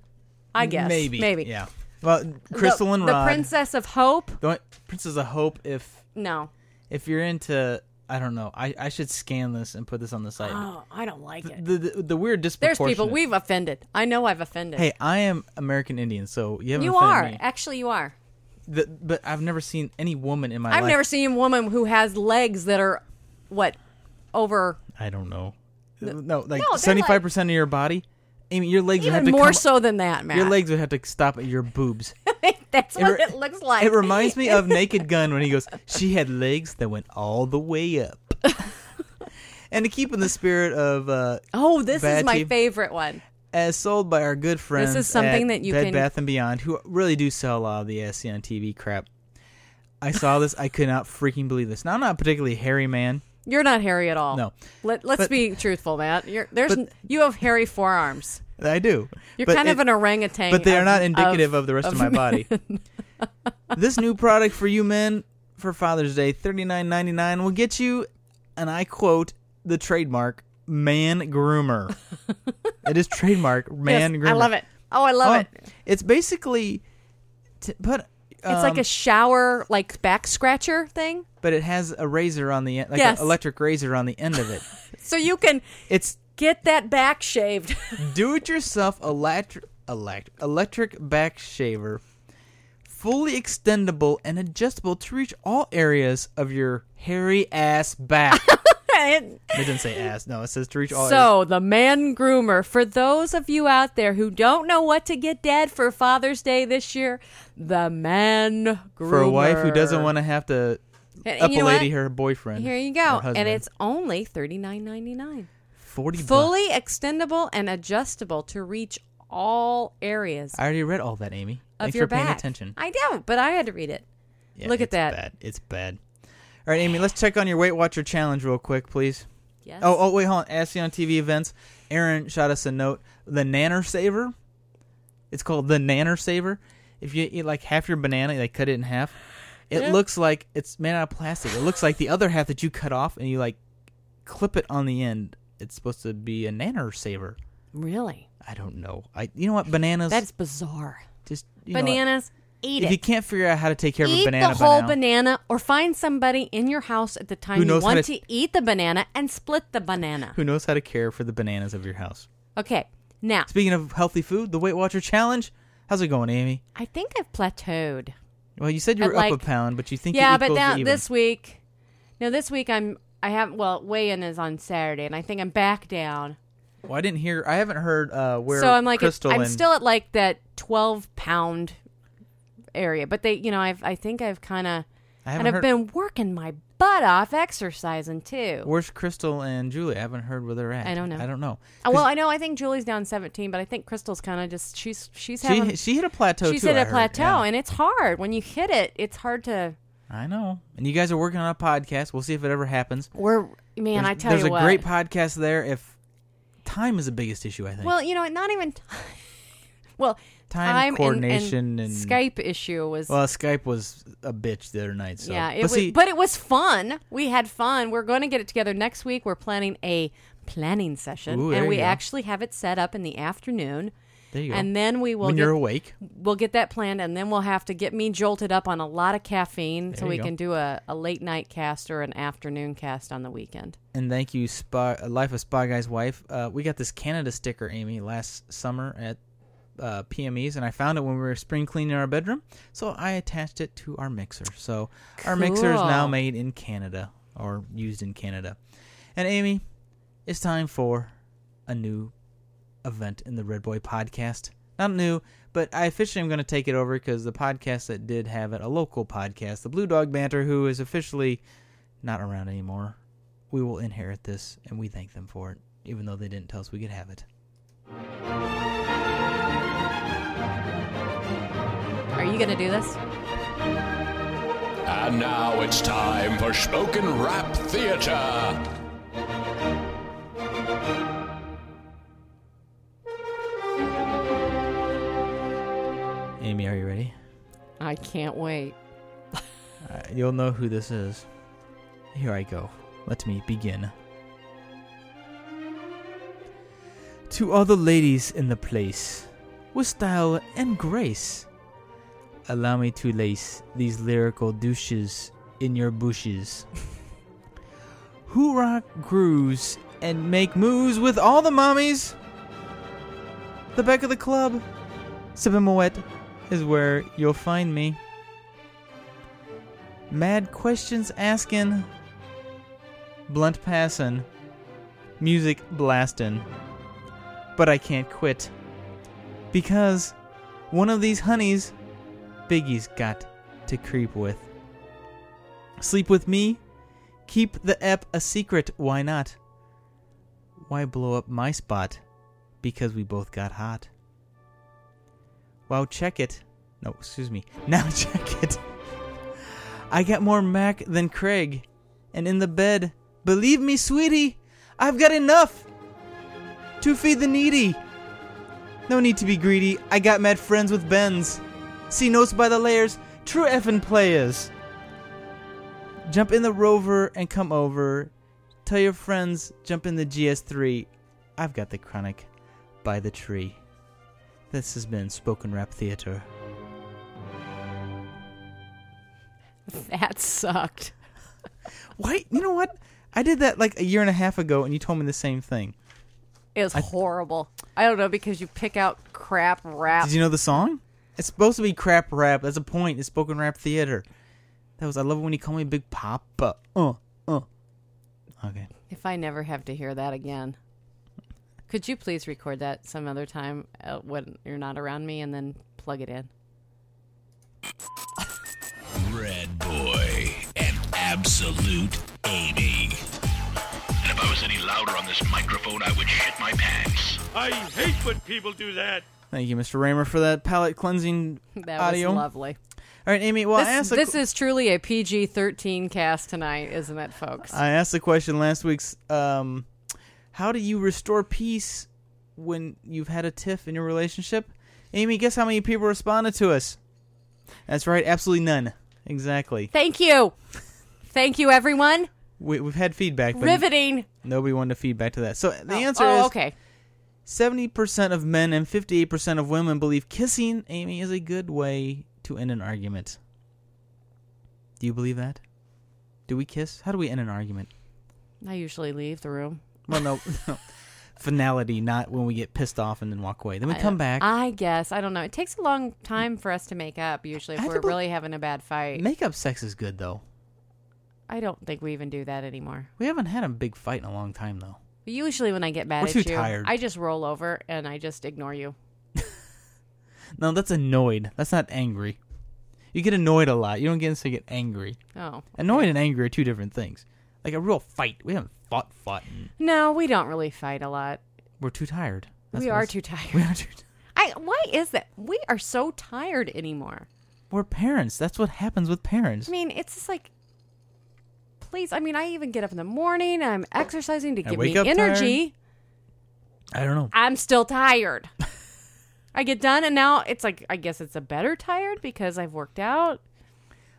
Speaker 1: I guess.
Speaker 8: maybe
Speaker 1: Maybe.
Speaker 8: Yeah. Well,
Speaker 1: The-
Speaker 8: Crystal and Rod.
Speaker 1: The Princess of Hope?
Speaker 8: The only- Princess of Hope. If
Speaker 1: No.
Speaker 8: if you're into, I don't know. I, I should scan this and put this on the site.
Speaker 1: Oh, I don't like it.
Speaker 8: The, the the weird
Speaker 1: There's
Speaker 8: disproportionate.
Speaker 1: people we've offended. I know I've offended.
Speaker 8: Hey, I am American Indian, so you haven't
Speaker 1: you
Speaker 8: offended
Speaker 1: are.
Speaker 8: me.
Speaker 1: Actually, you are.
Speaker 8: the, but I've never seen any woman in my
Speaker 1: I've
Speaker 8: life.
Speaker 1: never seen a woman who has legs that are what over
Speaker 8: I don't know. No, like
Speaker 1: like-
Speaker 8: seventy-five percent of your body. Amy, your legs would have
Speaker 1: even
Speaker 8: to
Speaker 1: more
Speaker 8: come-
Speaker 1: so than that, Matt.
Speaker 8: Your legs would have to stop at your boobs.
Speaker 1: [laughs] That's [laughs] what
Speaker 8: re-
Speaker 1: it looks like.
Speaker 8: It reminds
Speaker 1: [laughs]
Speaker 8: me of Naked Gun when he goes, "She had legs that went all the
Speaker 1: [laughs]
Speaker 8: way up." and to keep in the spirit of uh,
Speaker 1: Oh, this is
Speaker 8: Bad
Speaker 1: my
Speaker 8: team.
Speaker 1: favorite one.
Speaker 8: as sold by our good friends,
Speaker 1: is something
Speaker 8: at
Speaker 1: that you
Speaker 8: Bed
Speaker 1: can-
Speaker 8: Bath and Beyond, who really do sell a lot of the E SC on TV crap. I saw this. I could not freaking believe this. Now I'm not a particularly hairy man.
Speaker 1: You're not hairy at all.
Speaker 8: No.
Speaker 1: Let, let's
Speaker 8: But-
Speaker 1: be truthful, Matt. You're, there's
Speaker 8: but-
Speaker 1: you have hairy forearms.
Speaker 8: I do.
Speaker 1: You're
Speaker 8: But
Speaker 1: kind of
Speaker 8: it-
Speaker 1: an orangutan.
Speaker 8: But they are
Speaker 1: of-
Speaker 8: not indicative of, the rest of,
Speaker 1: [laughs]
Speaker 8: my body. this new product for you men for Father's Day, thirty nine ninety nine, will get you, and I quote the trademark man
Speaker 1: [laughs]
Speaker 8: groomer. it is trademark man
Speaker 1: Yes,
Speaker 8: groomer.
Speaker 1: I love it. Oh, I love
Speaker 8: Um,
Speaker 1: it.
Speaker 8: It's basically, t- um, but
Speaker 1: It's like a shower, like back scratcher thing.
Speaker 8: but it has a razor on the end, like
Speaker 1: Yes.
Speaker 8: an electric razor on the end of
Speaker 1: [laughs]
Speaker 8: it.
Speaker 1: So you can
Speaker 8: it's
Speaker 1: get that back shaved. [laughs]
Speaker 8: do it yourself electric elect- electric back shaver fully extendable and adjustable to reach all areas of your hairy ass
Speaker 1: [laughs]
Speaker 8: back it
Speaker 1: And-
Speaker 8: doesn't say ass no it says to reach all areas.
Speaker 1: so the man groomer. For those of you out there who don't know what to get dad for Father's Day this year, the man groomer
Speaker 8: for a wife who doesn't want to have to
Speaker 1: And-
Speaker 8: up
Speaker 1: and you
Speaker 8: a
Speaker 1: know
Speaker 8: lady
Speaker 1: what?
Speaker 8: her boyfriend
Speaker 1: Here you
Speaker 8: her
Speaker 1: go, and
Speaker 8: husband.
Speaker 1: it's only thirty nine ninety nine.
Speaker 8: 40 bucks.
Speaker 1: fully extendable and adjustable to reach all areas
Speaker 8: i already read all that amy
Speaker 1: of
Speaker 8: thanks
Speaker 1: your
Speaker 8: for paying
Speaker 1: back.
Speaker 8: attention
Speaker 1: I do, but I had to read it.
Speaker 8: Yeah,
Speaker 1: Look at
Speaker 8: it's
Speaker 1: that.
Speaker 8: bad. it's bad all right amy let's check on your weight watcher challenge real quick please
Speaker 1: Yes.
Speaker 8: Oh, oh, wait, hold on. ASEAN TV events. Aaron shot us a note. The Nanner Saver. It's called the Nanner Saver. If you eat like half your banana, they cut it in half. It
Speaker 1: Yeah.
Speaker 8: looks like it's made out of plastic. It looks like the other half that you cut off and you like clip it on the end. It's supposed to be a Nanner Saver.
Speaker 1: really?
Speaker 8: I don't know. I you know what bananas
Speaker 1: That's bizarre.
Speaker 8: just you know what?
Speaker 1: Bananas. Eat
Speaker 8: if
Speaker 1: it.
Speaker 8: you can't figure out how to take care of a
Speaker 1: eat
Speaker 8: banana
Speaker 1: the whole
Speaker 8: by now,
Speaker 1: banana, or find somebody in your house at the time
Speaker 8: Who
Speaker 1: you
Speaker 8: knows how
Speaker 1: want
Speaker 8: to-
Speaker 1: to eat the banana and split the banana.
Speaker 8: who knows how to care for the bananas of your house?
Speaker 1: Okay. Now,
Speaker 8: Speaking of healthy food, the Weight Watcher challenge. How's it going, Amy?
Speaker 1: I think I've plateaued.
Speaker 8: Well, you said you
Speaker 1: At,
Speaker 8: were
Speaker 1: like-
Speaker 8: up a pound, but you think
Speaker 1: yeah,
Speaker 8: it
Speaker 1: but
Speaker 8: equals
Speaker 1: now
Speaker 8: even.
Speaker 1: this week, no, this week I'm I have well weigh in is on Saturday, and I think I'm back down.
Speaker 8: Well, I didn't hear. I haven't heard uh, where.
Speaker 1: so I'm like
Speaker 8: Crystal
Speaker 1: I'm
Speaker 8: and-
Speaker 1: still at like that 12 pound area, but they you know I've I think I've kind of
Speaker 8: I
Speaker 1: and
Speaker 8: haven't
Speaker 1: I've
Speaker 8: heard.
Speaker 1: been working my butt off exercising too.
Speaker 8: Where's Crystal and Julie? I haven't heard where they're at.
Speaker 1: I don't know.
Speaker 8: I don't know.
Speaker 1: Uh, well, I know I think Julie's down 17, but I think Crystal's kind of just she's she's having
Speaker 8: She she hit a plateau.
Speaker 1: she's
Speaker 8: too,
Speaker 1: hit
Speaker 8: I
Speaker 1: a
Speaker 8: heard.
Speaker 1: plateau,
Speaker 8: Yeah.
Speaker 1: and it's hard when you hit it. It's hard to
Speaker 8: I know. And you guys are working on a podcast. We'll see if it ever happens.
Speaker 1: we're man. I
Speaker 8: there's,
Speaker 1: tell
Speaker 8: there's
Speaker 1: you
Speaker 8: a
Speaker 1: what,
Speaker 8: great podcast there. If time is the biggest issue, I think.
Speaker 1: well, you know, not even t- [laughs] well
Speaker 8: Time,
Speaker 1: time, and-
Speaker 8: coordination,
Speaker 1: and,
Speaker 8: and-
Speaker 1: Skype issue was
Speaker 8: Well, Skype was a bitch the other night. So
Speaker 1: Yeah, it
Speaker 8: but
Speaker 1: was,
Speaker 8: see,
Speaker 1: but it was fun. We had fun. We're going to get it together next week. We're planning a planning session,
Speaker 8: Ooh, there
Speaker 1: and we
Speaker 8: you go.
Speaker 1: actually have it set up in the afternoon.
Speaker 8: there you go.
Speaker 1: And then we will
Speaker 8: when
Speaker 1: get,
Speaker 8: you're awake,
Speaker 1: we'll get that planned, and then we'll have to get me jolted up on a lot of caffeine so
Speaker 8: you
Speaker 1: we
Speaker 8: go.
Speaker 1: can do a, a late night cast or an afternoon cast on the weekend.
Speaker 8: and thank you, Spy, Life of Spy Guy's wife. Uh, we got this Canada sticker, Amy, last summer at uh, PME's, and I found it when we were spring cleaning our bedroom. So I attached it to our mixer. So our mixer is now
Speaker 1: Cool.
Speaker 8: made in Canada or used in Canada. And Amy, it's time for a new event in the Red Boy podcast. Not new, but I officially am going to take it over because the podcast that did have it, a local podcast, the Blue Dog Banter, who is officially not around anymore. We will inherit this, and we thank them for it, even though they didn't tell us we could have it.
Speaker 1: Are you going to do this?
Speaker 9: And now it's time for Spoken Rap Theater.
Speaker 8: Amy, are you ready?
Speaker 1: I can't wait.
Speaker 8: Uh, you'll know who this is. Here I go. Let me begin. To all the ladies in the place, with style and grace, allow me to lace these lyrical douches in your bushes. [laughs] who rock grooves and make moves with all the mommies? The back of the club, Sipimoet, is where you'll find me. Mad questions asking, blunt passin', music blastin'. But I can't quit. Because one of these honeys, Biggie's got to creep with. Sleep with me? Keep the ep a secret, why not? Why blow up my spot? Because we both got hot. Wow, check it. No, excuse me. [laughs] Now check it. I got more Mac than Craig. And in the bed, believe me, sweetie, I've got enough to feed the needy. No need to be greedy. I got mad friends with Benz. See notes by the layers. True effin' players. Jump in the rover and come over. Tell your friends, jump in the GS3. I've got the chronic by the tree. This has been Spoken Rap Theater.
Speaker 1: That sucked.
Speaker 8: Wait, you know what? I did that like a year and a half ago, and you told me the same thing.
Speaker 1: It was horrible. I don't know because you pick out crap rap.
Speaker 8: Did you know the song? It's supposed to be crap rap. That's a point. It's spoken rap theater. That was I love it when you call me Big Papa. Uh, uh. Okay.
Speaker 1: if I never have to hear that again, could you please record that some other time uh, when you're not around me and then plug it in? [laughs]
Speaker 2: Red Boy, an absolute 80.
Speaker 9: And if I was any louder on this microphone, I would shit my pants.
Speaker 10: I hate when people do that.
Speaker 8: Thank you, Mr. Raymer, for that palate cleansing
Speaker 1: That
Speaker 8: audio.
Speaker 1: was lovely.
Speaker 8: All right, Amy. Well, I
Speaker 1: this
Speaker 8: asked. A,
Speaker 1: this is truly a PG 13 cast tonight, isn't it, folks?
Speaker 8: I asked the question last week's. Um, how do you restore peace when you've had a tiff in your relationship? Amy, guess how many people responded to us? That's right, absolutely none. Exactly.
Speaker 1: Thank you. Thank you, everyone.
Speaker 8: We, we've had feedback, but
Speaker 1: Riveting.
Speaker 8: nobody wanted to feedback to that. So the
Speaker 1: Oh,
Speaker 8: answer
Speaker 1: oh,
Speaker 8: is
Speaker 1: okay.
Speaker 8: Seventy percent of men and fifty-eight percent of women believe kissing Amy is a good way to end an argument. Do you believe that? Do we kiss? How do we end an argument?
Speaker 1: I usually leave the room.
Speaker 8: Well, no, [laughs] no. finality, not when we get pissed off and then walk away. Then we come back.
Speaker 1: I guess. I don't know. It takes a long time for us to make up, usually, if
Speaker 8: I had
Speaker 1: we're
Speaker 8: to bel-
Speaker 1: really having a bad fight.
Speaker 8: Makeup sex is good though.
Speaker 1: I don't think we even do that anymore.
Speaker 8: We haven't had a big fight in a long time though.
Speaker 1: But usually, when I get mad
Speaker 8: We're
Speaker 1: at
Speaker 8: too
Speaker 1: you,
Speaker 8: tired.
Speaker 1: I just roll over and I just ignore you.
Speaker 8: No, that's annoyed. That's not angry. You get annoyed a lot. You don't get to get angry.
Speaker 1: Oh.
Speaker 8: Annoyed and angry are two different things. Like a real fight. We haven't fought, fought. in-
Speaker 1: No, we don't really fight a lot.
Speaker 8: We're too tired.
Speaker 1: we
Speaker 8: what
Speaker 1: are
Speaker 8: it's-
Speaker 1: too tired.
Speaker 8: We are too. tired.
Speaker 1: I, why is that? We are so tired anymore.
Speaker 8: We're parents. That's what happens with parents.
Speaker 1: I mean, it's just like, please. I mean, I even get up in the morning. I'm exercising to
Speaker 8: I
Speaker 1: give
Speaker 8: wake
Speaker 1: me
Speaker 8: up tired.
Speaker 1: energy.
Speaker 8: I don't know.
Speaker 1: I'm still tired. [laughs] I get done, and now it's like I guess it's a better tired because I've worked out.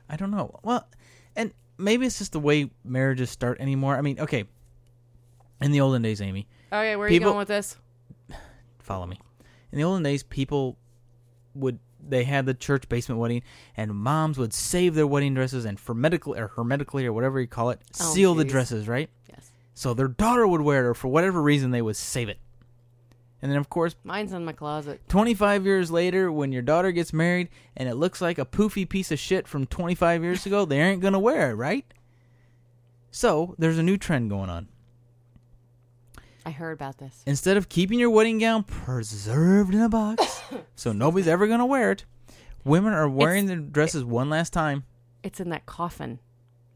Speaker 8: I don't know. Well, and maybe it's just the way marriages start anymore. I mean, okay. In the olden days, Amy,
Speaker 1: Okay, Oh, where are
Speaker 8: People-
Speaker 1: you going with this?
Speaker 8: follow me. In the olden days, people would they had the church basement wedding, and moms would save their wedding dresses and hermetically or hermetically or whatever you call it,
Speaker 1: Oh,
Speaker 8: seal the
Speaker 1: geez.
Speaker 8: dresses, right?
Speaker 1: Yes,
Speaker 8: So their daughter would wear it, or for whatever reason, they would save it. And then, of course,
Speaker 1: mine's in my closet.
Speaker 8: 25 years later, when your daughter gets married and it looks like a poofy piece of shit from 25 years ago, they aren't going to wear it, right? So, there's a new trend going on.
Speaker 1: I heard about this.
Speaker 8: Instead of keeping your wedding gown preserved in
Speaker 1: [coughs]
Speaker 8: a box, so nobody's ever going to wear it, women are wearing their dresses one last time.
Speaker 1: It's in that coffin.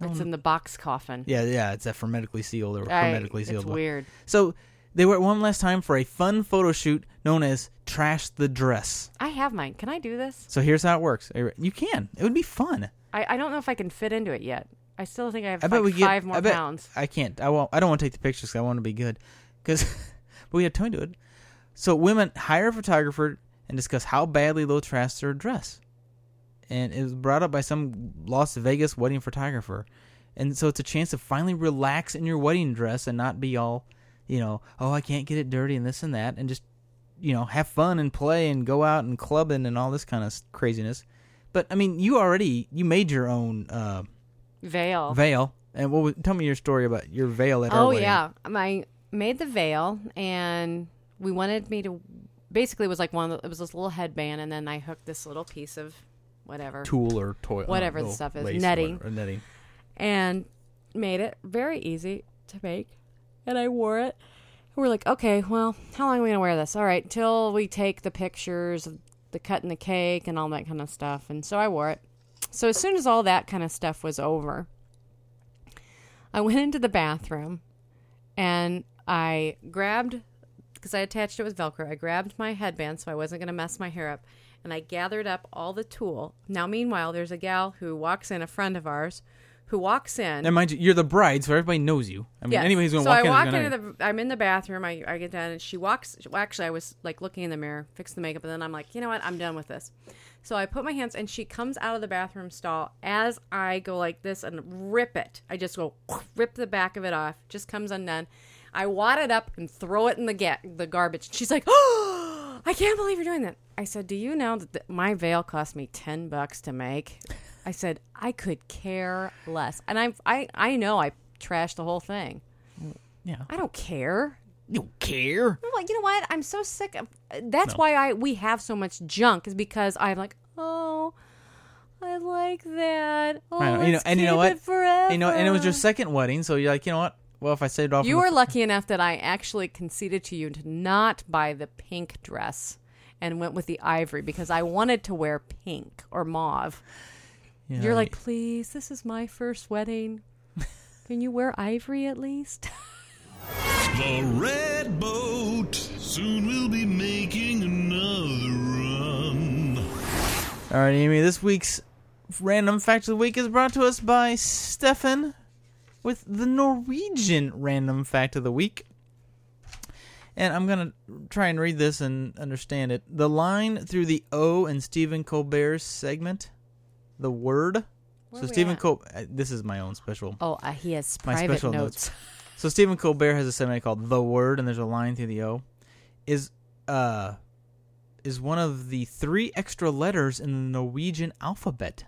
Speaker 1: It's in the box coffin.
Speaker 8: Oh, Yeah, yeah, it's that hermetically sealed or
Speaker 1: I-
Speaker 8: hermetically sealed.
Speaker 1: It's
Speaker 8: box.
Speaker 1: weird.
Speaker 8: So, they wear it one last time for a fun photo shoot known as Trash the Dress.
Speaker 1: I have mine. Can I do this?
Speaker 8: So, here's how it works. You can. It would be fun.
Speaker 1: I, I don't know if I can fit into it yet. I still think I have
Speaker 8: I bet
Speaker 1: like
Speaker 8: we get
Speaker 1: five more
Speaker 8: I bet,
Speaker 1: pounds.
Speaker 8: I can't. I won't. I don't want to take the pictures. 'cause I want to be good. Because, but [laughs] we have time to do it. So women hire a photographer and discuss how badly they'll trash their dress. And it was brought up by some Las Vegas wedding photographer. And so it's a chance to finally relax in your wedding dress and not be all, you know, oh I can't get it dirty and this and that, and just, you know, have fun and play and go out and clubbing and all this kind of craziness. But I mean, you already you made your own. Uh,
Speaker 1: Veil.
Speaker 8: veil. And what was, tell me your story about your veil at our
Speaker 1: Oh
Speaker 8: wedding.
Speaker 1: yeah, I made the veil, and we wanted me to basically it was like one. Of the, it was this little headband, and then I hooked this little piece of whatever
Speaker 8: tool or toy,
Speaker 1: whatever
Speaker 8: uh,
Speaker 1: the
Speaker 8: oh,
Speaker 1: stuff is,
Speaker 8: lace or
Speaker 1: netting,
Speaker 8: whatever, or netting.
Speaker 1: and made it very easy to make. And I wore it. We're like, okay, well, how long are we gonna wear this? All right, till we take the pictures of the cutting the cake and all that kind of stuff. And so I wore it. So as soon as all that kind of stuff was over, I went into the bathroom and I grabbed because I attached it with Velcro. I grabbed my headband so I wasn't going to mess my hair up, and I gathered up all the tulle. Now, meanwhile, there's a gal who walks in, a friend of ours, who walks in.
Speaker 8: And mind you, you're the bride, so everybody knows you. I mean,
Speaker 1: Yes.
Speaker 8: anybody's gonna
Speaker 1: so
Speaker 8: walk
Speaker 1: I
Speaker 8: in.
Speaker 1: walk
Speaker 8: is gonna,
Speaker 1: into the. I'm in the bathroom. I, I get down and she walks. well, actually, I was like looking in the mirror, fixing the makeup, and then I'm like, you know what? I'm done with this. So I put my hands and she comes out of the bathroom stall as I go like this and rip it. I just go [laughs] rip the back of it off. Just comes undone. I wad it up and throw it in the ga- the garbage. She's like, [gasps] oh, I can't believe you're doing that. I said, do you know that th- my veil cost me ten bucks to make? I said I could care less, and I'm I I know I trashed the whole thing.
Speaker 8: Yeah.
Speaker 1: I don't care.
Speaker 8: You don't care.
Speaker 1: I'm like, you know what? I'm so sick of. That's why I we have so much junk is because I'm like, oh, I like that. Oh,
Speaker 8: I know, you know,
Speaker 1: let's
Speaker 8: and you know
Speaker 1: keep
Speaker 8: what?
Speaker 1: It forever.
Speaker 8: You know, and it was your second wedding, so you're like, you know what? Well, if I saved off,
Speaker 1: You
Speaker 8: on
Speaker 1: were
Speaker 8: the,
Speaker 1: lucky enough that I actually conceded to you to not buy the pink dress and went with the ivory because I wanted to wear pink or mauve.
Speaker 8: you know,
Speaker 1: You're like, please, this is my first wedding.
Speaker 8: [laughs]
Speaker 1: Can you wear ivory at least?
Speaker 9: The red boat soon will be making another run.
Speaker 8: All right, Amy. This week's random fact of the week is brought to us by Stefan with the Norwegian random fact of the week. And I'm gonna try and read this and understand it. The line through the O in Stephen Colbert's segment, the word.
Speaker 1: Where we
Speaker 8: so Stephen
Speaker 1: at?
Speaker 8: Colbert. This is my own special.
Speaker 1: Oh, uh, he has
Speaker 8: my
Speaker 1: private
Speaker 8: special
Speaker 1: notes.
Speaker 8: notes. So Stephen Colbert has a segment called "The Word," and there's a line through the O. Is uh is one of the three extra letters in the Norwegian alphabet.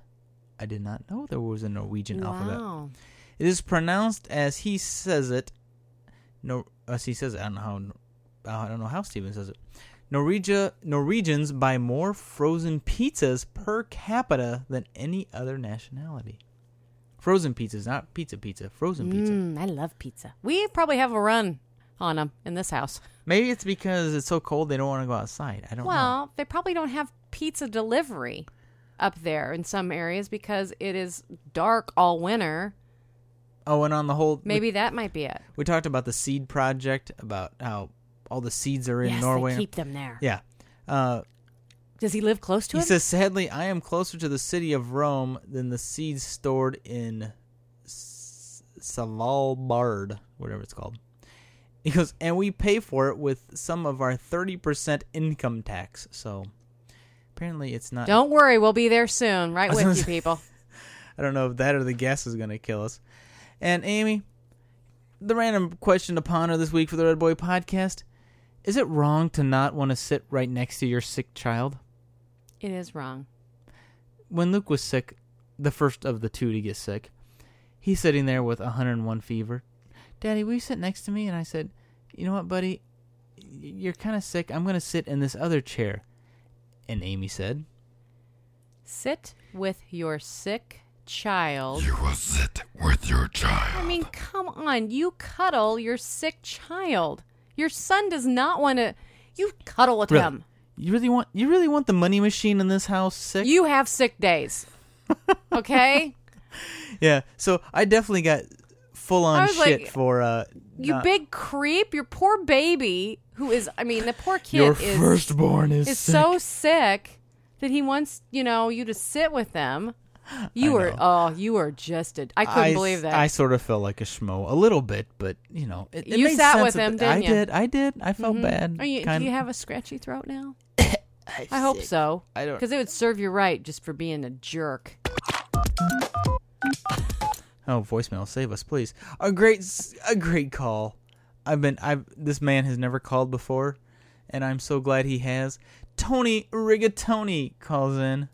Speaker 8: I did not know there was a Norwegian alphabet.
Speaker 1: Wow.
Speaker 8: It is pronounced as he says it. No, as he says it. I don't know how. uh, I don't know how Stephen says it. Norwegia, Norwegians buy more frozen pizzas per capita than any other nationality. Frozen pizzas, not pizza pizza. Frozen pizza.
Speaker 1: Mm, I love pizza. We probably have a run on them in this house.
Speaker 8: Maybe it's because it's so cold they don't want to go outside. I don't know.
Speaker 1: Well, they probably don't have pizza delivery up there in some areas because it is dark all winter.
Speaker 8: Oh, and on the whole,
Speaker 1: Maybe that might be it.
Speaker 8: we, we talked about the seed project about how all the seeds are in
Speaker 1: yes,
Speaker 8: Norway.
Speaker 1: they keep them there.
Speaker 8: yeah. Uh,
Speaker 1: Does he live close to
Speaker 8: he
Speaker 1: it?
Speaker 8: says, sadly, I am closer to the city of Rome than the seeds stored in S- Svalbard, whatever it's called. He goes, and we pay for it with some of our 30% income tax. So apparently it's not.
Speaker 1: don't worry, we'll be there soon,
Speaker 8: [laughs]
Speaker 1: right
Speaker 8: uh, was
Speaker 1: with
Speaker 8: gonna
Speaker 1: you
Speaker 8: say-
Speaker 1: people.
Speaker 8: I don't know if that or the gas is going to kill us. And Amy, the random question to ponder this week for the Red Boy podcast is it wrong to not want to sit right next to your sick child?
Speaker 1: It is wrong.
Speaker 8: When Luke was sick, the first of the two to get sick, he's sitting there with 101 fever. Daddy, will you sit next to me? And I said, You know what, buddy? Y- You're kind of sick. I'm going to sit in this other chair. And Amy said,
Speaker 1: Sit with your sick child.
Speaker 9: will sit with your child.
Speaker 1: I mean, come on. You cuddle your sick child. Your son does not want to. You cuddle with
Speaker 8: Really?
Speaker 1: him.
Speaker 8: You really want you really want the money machine in this house sick?
Speaker 1: You have sick
Speaker 8: [laughs]
Speaker 1: days. Okay?
Speaker 8: Yeah, so I definitely got full
Speaker 1: I
Speaker 8: on
Speaker 1: was
Speaker 8: shit
Speaker 1: like,
Speaker 8: for uh
Speaker 1: you
Speaker 8: not-
Speaker 1: big creep. Your poor baby, who is, I mean, the poor kid
Speaker 8: your
Speaker 1: is,
Speaker 8: firstborn is,
Speaker 1: is
Speaker 8: sick.
Speaker 1: so sick that he wants, you know, you to sit with them. You were, oh, you were just a, I couldn't
Speaker 8: I s-
Speaker 1: believe that.
Speaker 8: I sort of felt like a schmo a little bit, but you know, it, it
Speaker 1: You
Speaker 8: made
Speaker 1: sat
Speaker 8: sense
Speaker 1: with
Speaker 8: at
Speaker 1: him,
Speaker 8: the-
Speaker 1: didn't ya? Mm-hmm.
Speaker 8: I did. I did. I felt bad.
Speaker 1: Are you,
Speaker 8: kind
Speaker 1: do you
Speaker 8: of.
Speaker 1: have a scratchy throat
Speaker 8: [coughs]
Speaker 1: now? I hope so.
Speaker 8: I don't-
Speaker 1: Because it would serve you right just for being a jerk.
Speaker 8: Oh, voicemail, save us, please. A great, s- a great call. I've been, I've this man has never called before, and I'm so glad he has. Tony Rigatoni calls in.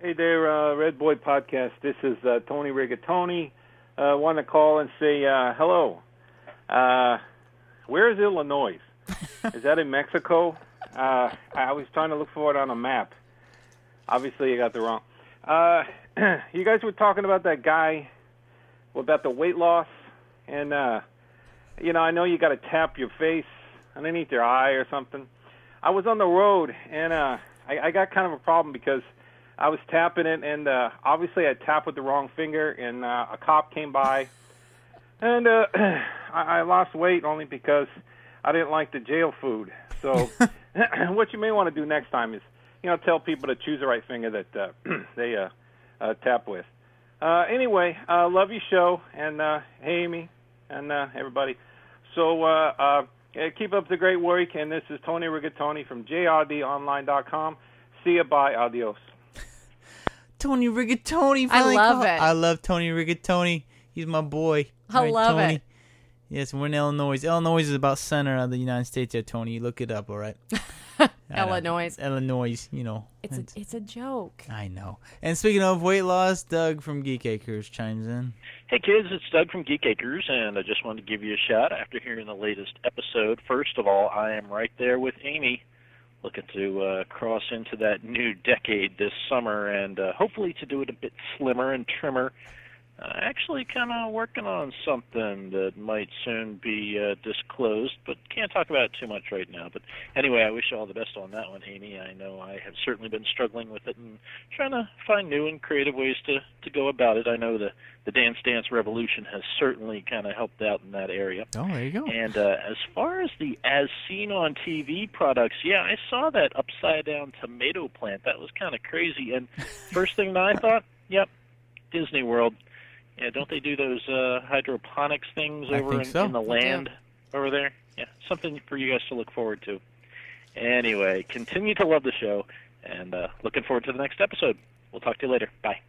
Speaker 11: Hey there, uh, Red Boy Podcast. This is uh, Tony Rigatoni. uh, want to call and say uh, hello. Uh, where is Illinois? is that in Mexico? Uh, I was trying to look for it on a map. Obviously, you got the wrong. Uh, [clears throat] you guys were talking about that guy, well, about the weight loss, and uh, you know, I know you got to tap your face underneath your eye or something. I was on the road, and uh, I, I got kind of a problem because I was tapping it, and uh, obviously I tapped with the wrong finger, and uh, a cop came by, and uh, [clears throat] I, I lost weight only because I didn't like the jail food. So, [clears throat] what you may want to do next time is, you know, tell people to choose the right finger that uh, [clears throat] they uh, uh, tap with. Uh, anyway, uh, love your show, and uh, hey, Amy, and uh, everybody. So, uh, uh, yeah, keep up the great work, and this is Tony Rigatoni from JRDOnline.com. See you, bye, adios.
Speaker 8: Tony Rigatoni.
Speaker 1: I
Speaker 8: finally
Speaker 1: love
Speaker 8: called-
Speaker 1: it.
Speaker 8: I love Tony Rigatoni. He's my boy.
Speaker 1: I love it.
Speaker 8: Yes, we're in Illinois. Illinois is about center of the United States. There, Tony. You look it up, all right? I don't-
Speaker 1: [laughs] Illinois.
Speaker 8: Illinois. You know.
Speaker 1: It's a, it's a joke.
Speaker 8: I know. And speaking of weight loss, Doug from Geek Acres chimes in.
Speaker 12: Hey kids, it's Doug from Geek Acres, and I just wanted to give you a shout after hearing the latest episode. First of all, I am right there with Amy, looking to uh, cross into that new decade this summer, and uh, hopefully to do it a bit slimmer and trimmer. Uh, actually, kind of working on something that might soon be uh, disclosed, but can't talk about it too much right now. But anyway, I wish you all the best on that one, Amy. I know I have certainly been struggling with it and trying to find new and creative ways to to go about it. I know the the dance dance revolution has certainly kind of helped out in that area.
Speaker 8: Oh, there you go.
Speaker 12: And uh, as far as the as seen on TV products, yeah, I saw that upside down tomato plant. That was kind of crazy.
Speaker 8: [laughs]
Speaker 12: And first thing that I thought, yep, Disney World. Yeah, don't they do those uh, hydroponics things
Speaker 8: I
Speaker 12: over
Speaker 8: think
Speaker 12: in,
Speaker 8: so.
Speaker 12: in the
Speaker 8: They
Speaker 12: land over there? Yeah, something for you guys to look forward to. Anyway, continue to love the show, and uh, looking forward to the next episode. We'll talk to you later. Bye.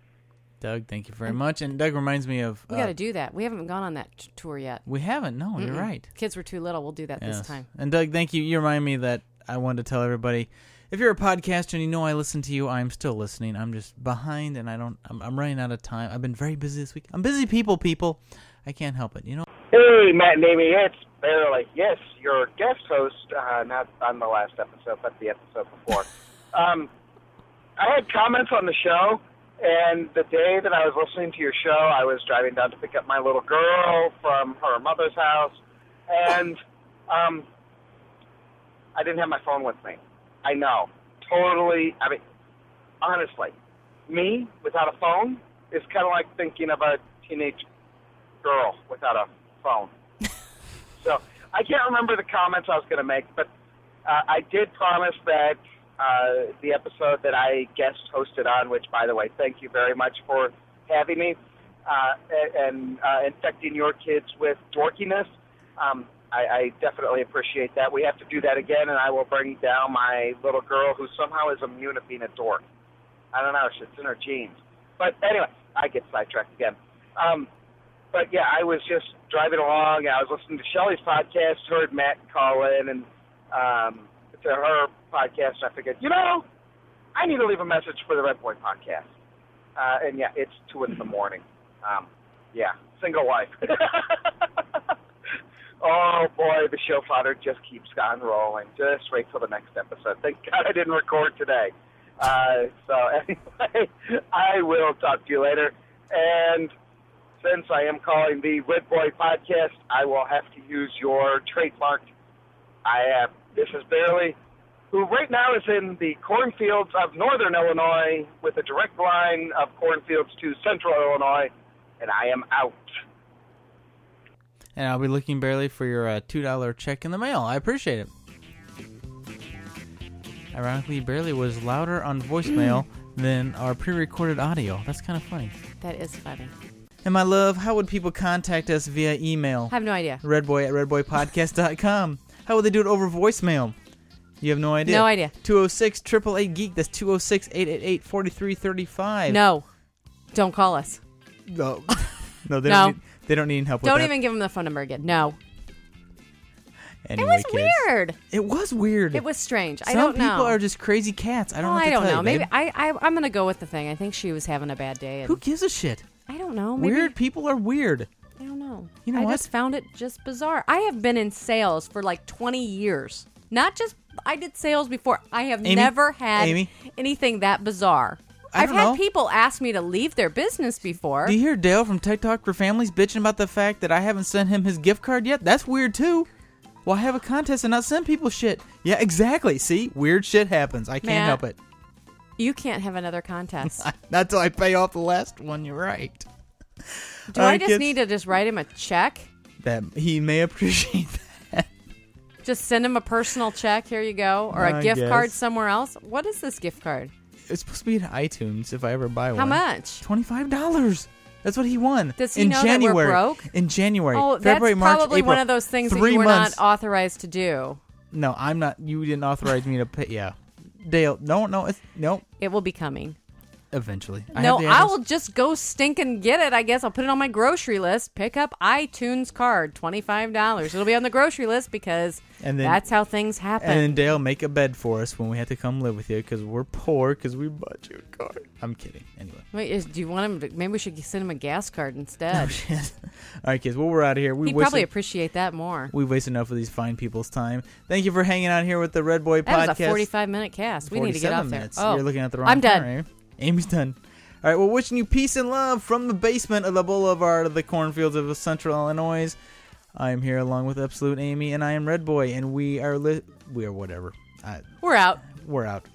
Speaker 8: Doug, thank you very much. And Doug reminds me of.
Speaker 1: We
Speaker 8: uh,
Speaker 1: got to do that. We haven't gone on that t- tour yet.
Speaker 8: we haven't. No, you're
Speaker 1: Mm-mm.
Speaker 8: right.
Speaker 1: Kids were too little. We'll do that
Speaker 8: Yes.
Speaker 1: this time.
Speaker 8: And Doug, thank you. You remind me that I wanted to tell everybody if you're a podcaster and you know I listen to you, I'm still listening. I'm just behind and I don't, I'm, I'm running out of time. I've been very busy this week. I'm busy people, people. I can't help it, you know?
Speaker 13: Hey, Matt and Amy, it's Barely. Yes, your guest host, uh, not on the last episode, but the episode before. um, I had comments on the show, and the day that I was listening to your show, I was driving down to pick up my little girl from her mother's house, and um, I didn't have my phone with me. I know. Totally. I mean, honestly, me without a phone is kind of like thinking of a teenage girl without a phone. so I can't remember the comments I was going to make, but uh, I did promise that uh, the episode that I guest hosted on, which, by the way, thank you very much for having me uh, a- and uh, infecting your kids with dorkiness. Um, I, I definitely appreciate that. We have to do that again, and I will bring down my little girl who somehow is immune to being a dork. I don't know; it's in her genes. But anyway, I get sidetracked again. Um, but yeah, I was just driving along. and I was listening to Shelley's podcast, heard Matt call in, and um, to her podcast. And I figured, you know, I need to leave a message for the Red Boy podcast. Uh, and yeah, it's two in the morning. Um, yeah, single life. [laughs] oh boy, the show fodder just keeps on rolling. Just wait till the next episode. Thank God I didn't record today. Uh, so [laughs] anyway, I will talk to you later. And since I am calling the Red Boy Podcast, I will have to use your trademark. I am. This is Barely, who right now is in the cornfields of northern Illinois with a direct line of cornfields to central Illinois, and I am out.
Speaker 8: And I'll be looking barely for your uh, $2 check in the mail. I appreciate it. Ironically, barely was louder on voicemail than our pre recorded audio. That's kind of funny.
Speaker 1: That is funny.
Speaker 8: And my love, how would people contact us via email?
Speaker 1: I have no idea.
Speaker 8: Redboy at redboypodcast.com. How would they do it over voicemail? You have no idea.
Speaker 1: No idea.
Speaker 8: 206 888 Geek. That's 206 888 4335.
Speaker 1: No. Don't call us.
Speaker 8: No.
Speaker 1: [laughs]
Speaker 8: No,
Speaker 1: No.
Speaker 8: they, Don't, need, they don't need help
Speaker 1: Don't
Speaker 8: with
Speaker 1: even give them the phone number again. No.
Speaker 8: that. Anyway,
Speaker 1: it was
Speaker 8: kids.
Speaker 1: weird.
Speaker 8: It was weird.
Speaker 1: It was strange. I
Speaker 8: Some
Speaker 1: don't know.
Speaker 8: people are just crazy cats. I don't
Speaker 1: Well,
Speaker 8: know. what
Speaker 1: I
Speaker 8: to
Speaker 1: don't
Speaker 8: tell
Speaker 1: know.
Speaker 8: you,
Speaker 1: Maybe
Speaker 8: babe.
Speaker 1: I, I I'm gonna go with the thing. I think she was having a bad day. And
Speaker 8: Who gives a shit?
Speaker 1: I don't know. Maybe,
Speaker 8: Weird people are weird.
Speaker 1: I don't know.
Speaker 8: You know
Speaker 1: I
Speaker 8: what?
Speaker 1: just found it just bizarre. I have been in sales for like 20 years, not just I did sales before. I have
Speaker 8: Amy?
Speaker 1: never had
Speaker 8: Amy?
Speaker 1: anything that bizarre.
Speaker 8: I
Speaker 1: have
Speaker 8: don't
Speaker 1: had
Speaker 8: know.
Speaker 1: people ask me to leave their business before.
Speaker 8: Do you hear Dale from Tech Talk for Families bitching about the fact that I haven't sent him his gift card yet? That's weird too. Well, I have a contest and not send people shit. Yeah, exactly. See, weird shit happens. I can't
Speaker 1: Matt.
Speaker 8: help it. [laughs]
Speaker 1: You can't have another contest.
Speaker 8: Not till [laughs] I pay off the last one. You're right.
Speaker 1: Do
Speaker 8: All
Speaker 1: I
Speaker 8: right,
Speaker 1: just
Speaker 8: kids.
Speaker 1: need to just write him a check?
Speaker 8: That he may appreciate. [laughs]
Speaker 1: Just send him a personal check. Here you go, or a
Speaker 8: I
Speaker 1: gift card
Speaker 8: guess.
Speaker 1: somewhere else. What is this gift card?
Speaker 8: It's supposed to be in iTunes if I ever buy one.
Speaker 1: How much?
Speaker 8: Twenty five dollars. That's what he won.
Speaker 1: Does he
Speaker 8: in
Speaker 1: know that we're
Speaker 8: January.
Speaker 1: broke?
Speaker 8: In January.
Speaker 1: Oh,
Speaker 8: February,
Speaker 1: that's
Speaker 8: March,
Speaker 1: probably one
Speaker 8: April.
Speaker 1: of those things that
Speaker 8: Three
Speaker 1: you were
Speaker 8: months.
Speaker 1: not authorized to do.
Speaker 8: No, I'm not. You didn't authorize me to pay. Yeah, Dale. No, no, it's, no.
Speaker 1: It will be coming.
Speaker 8: Eventually.
Speaker 1: no,
Speaker 8: I, have the
Speaker 1: I
Speaker 8: address.
Speaker 1: will just go stink and get it. I guess I'll put it on my grocery list. Pick up iTunes card, twenty five dollars. It'll be on the grocery list because
Speaker 8: And then-
Speaker 1: that's how things happen.
Speaker 8: And then Dale make a bed for us when we have to come live with you because we're poor because we bought you a car. I'm kidding. Anyway. [laughs]
Speaker 1: Wait, is, do you want him? To, maybe we should send him a gas card instead.
Speaker 8: All right, kids. Well, we're out of [laughs] here. We
Speaker 1: He'd
Speaker 8: wasted,
Speaker 1: probably appreciate that more.
Speaker 8: We've wasted enough of these fine people's time. Thank you for hanging out here with the Red Boy
Speaker 1: That
Speaker 8: Podcast.
Speaker 1: was a forty-five minute cast. We need to get
Speaker 8: 47
Speaker 1: off there. Oh,
Speaker 8: minutes. You're looking at the wrong
Speaker 1: I'm done.
Speaker 8: time. Amy's done. All right, well, wishing you peace and love from the basement of the boulevard of the cornfields of central Illinois. I am here along with Absolute Amy, and I am Red Boy, and we are li- we are whatever. I,
Speaker 1: We're out.
Speaker 8: we're out.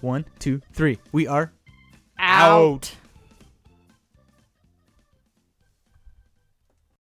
Speaker 8: One, two, three. We are
Speaker 1: Out.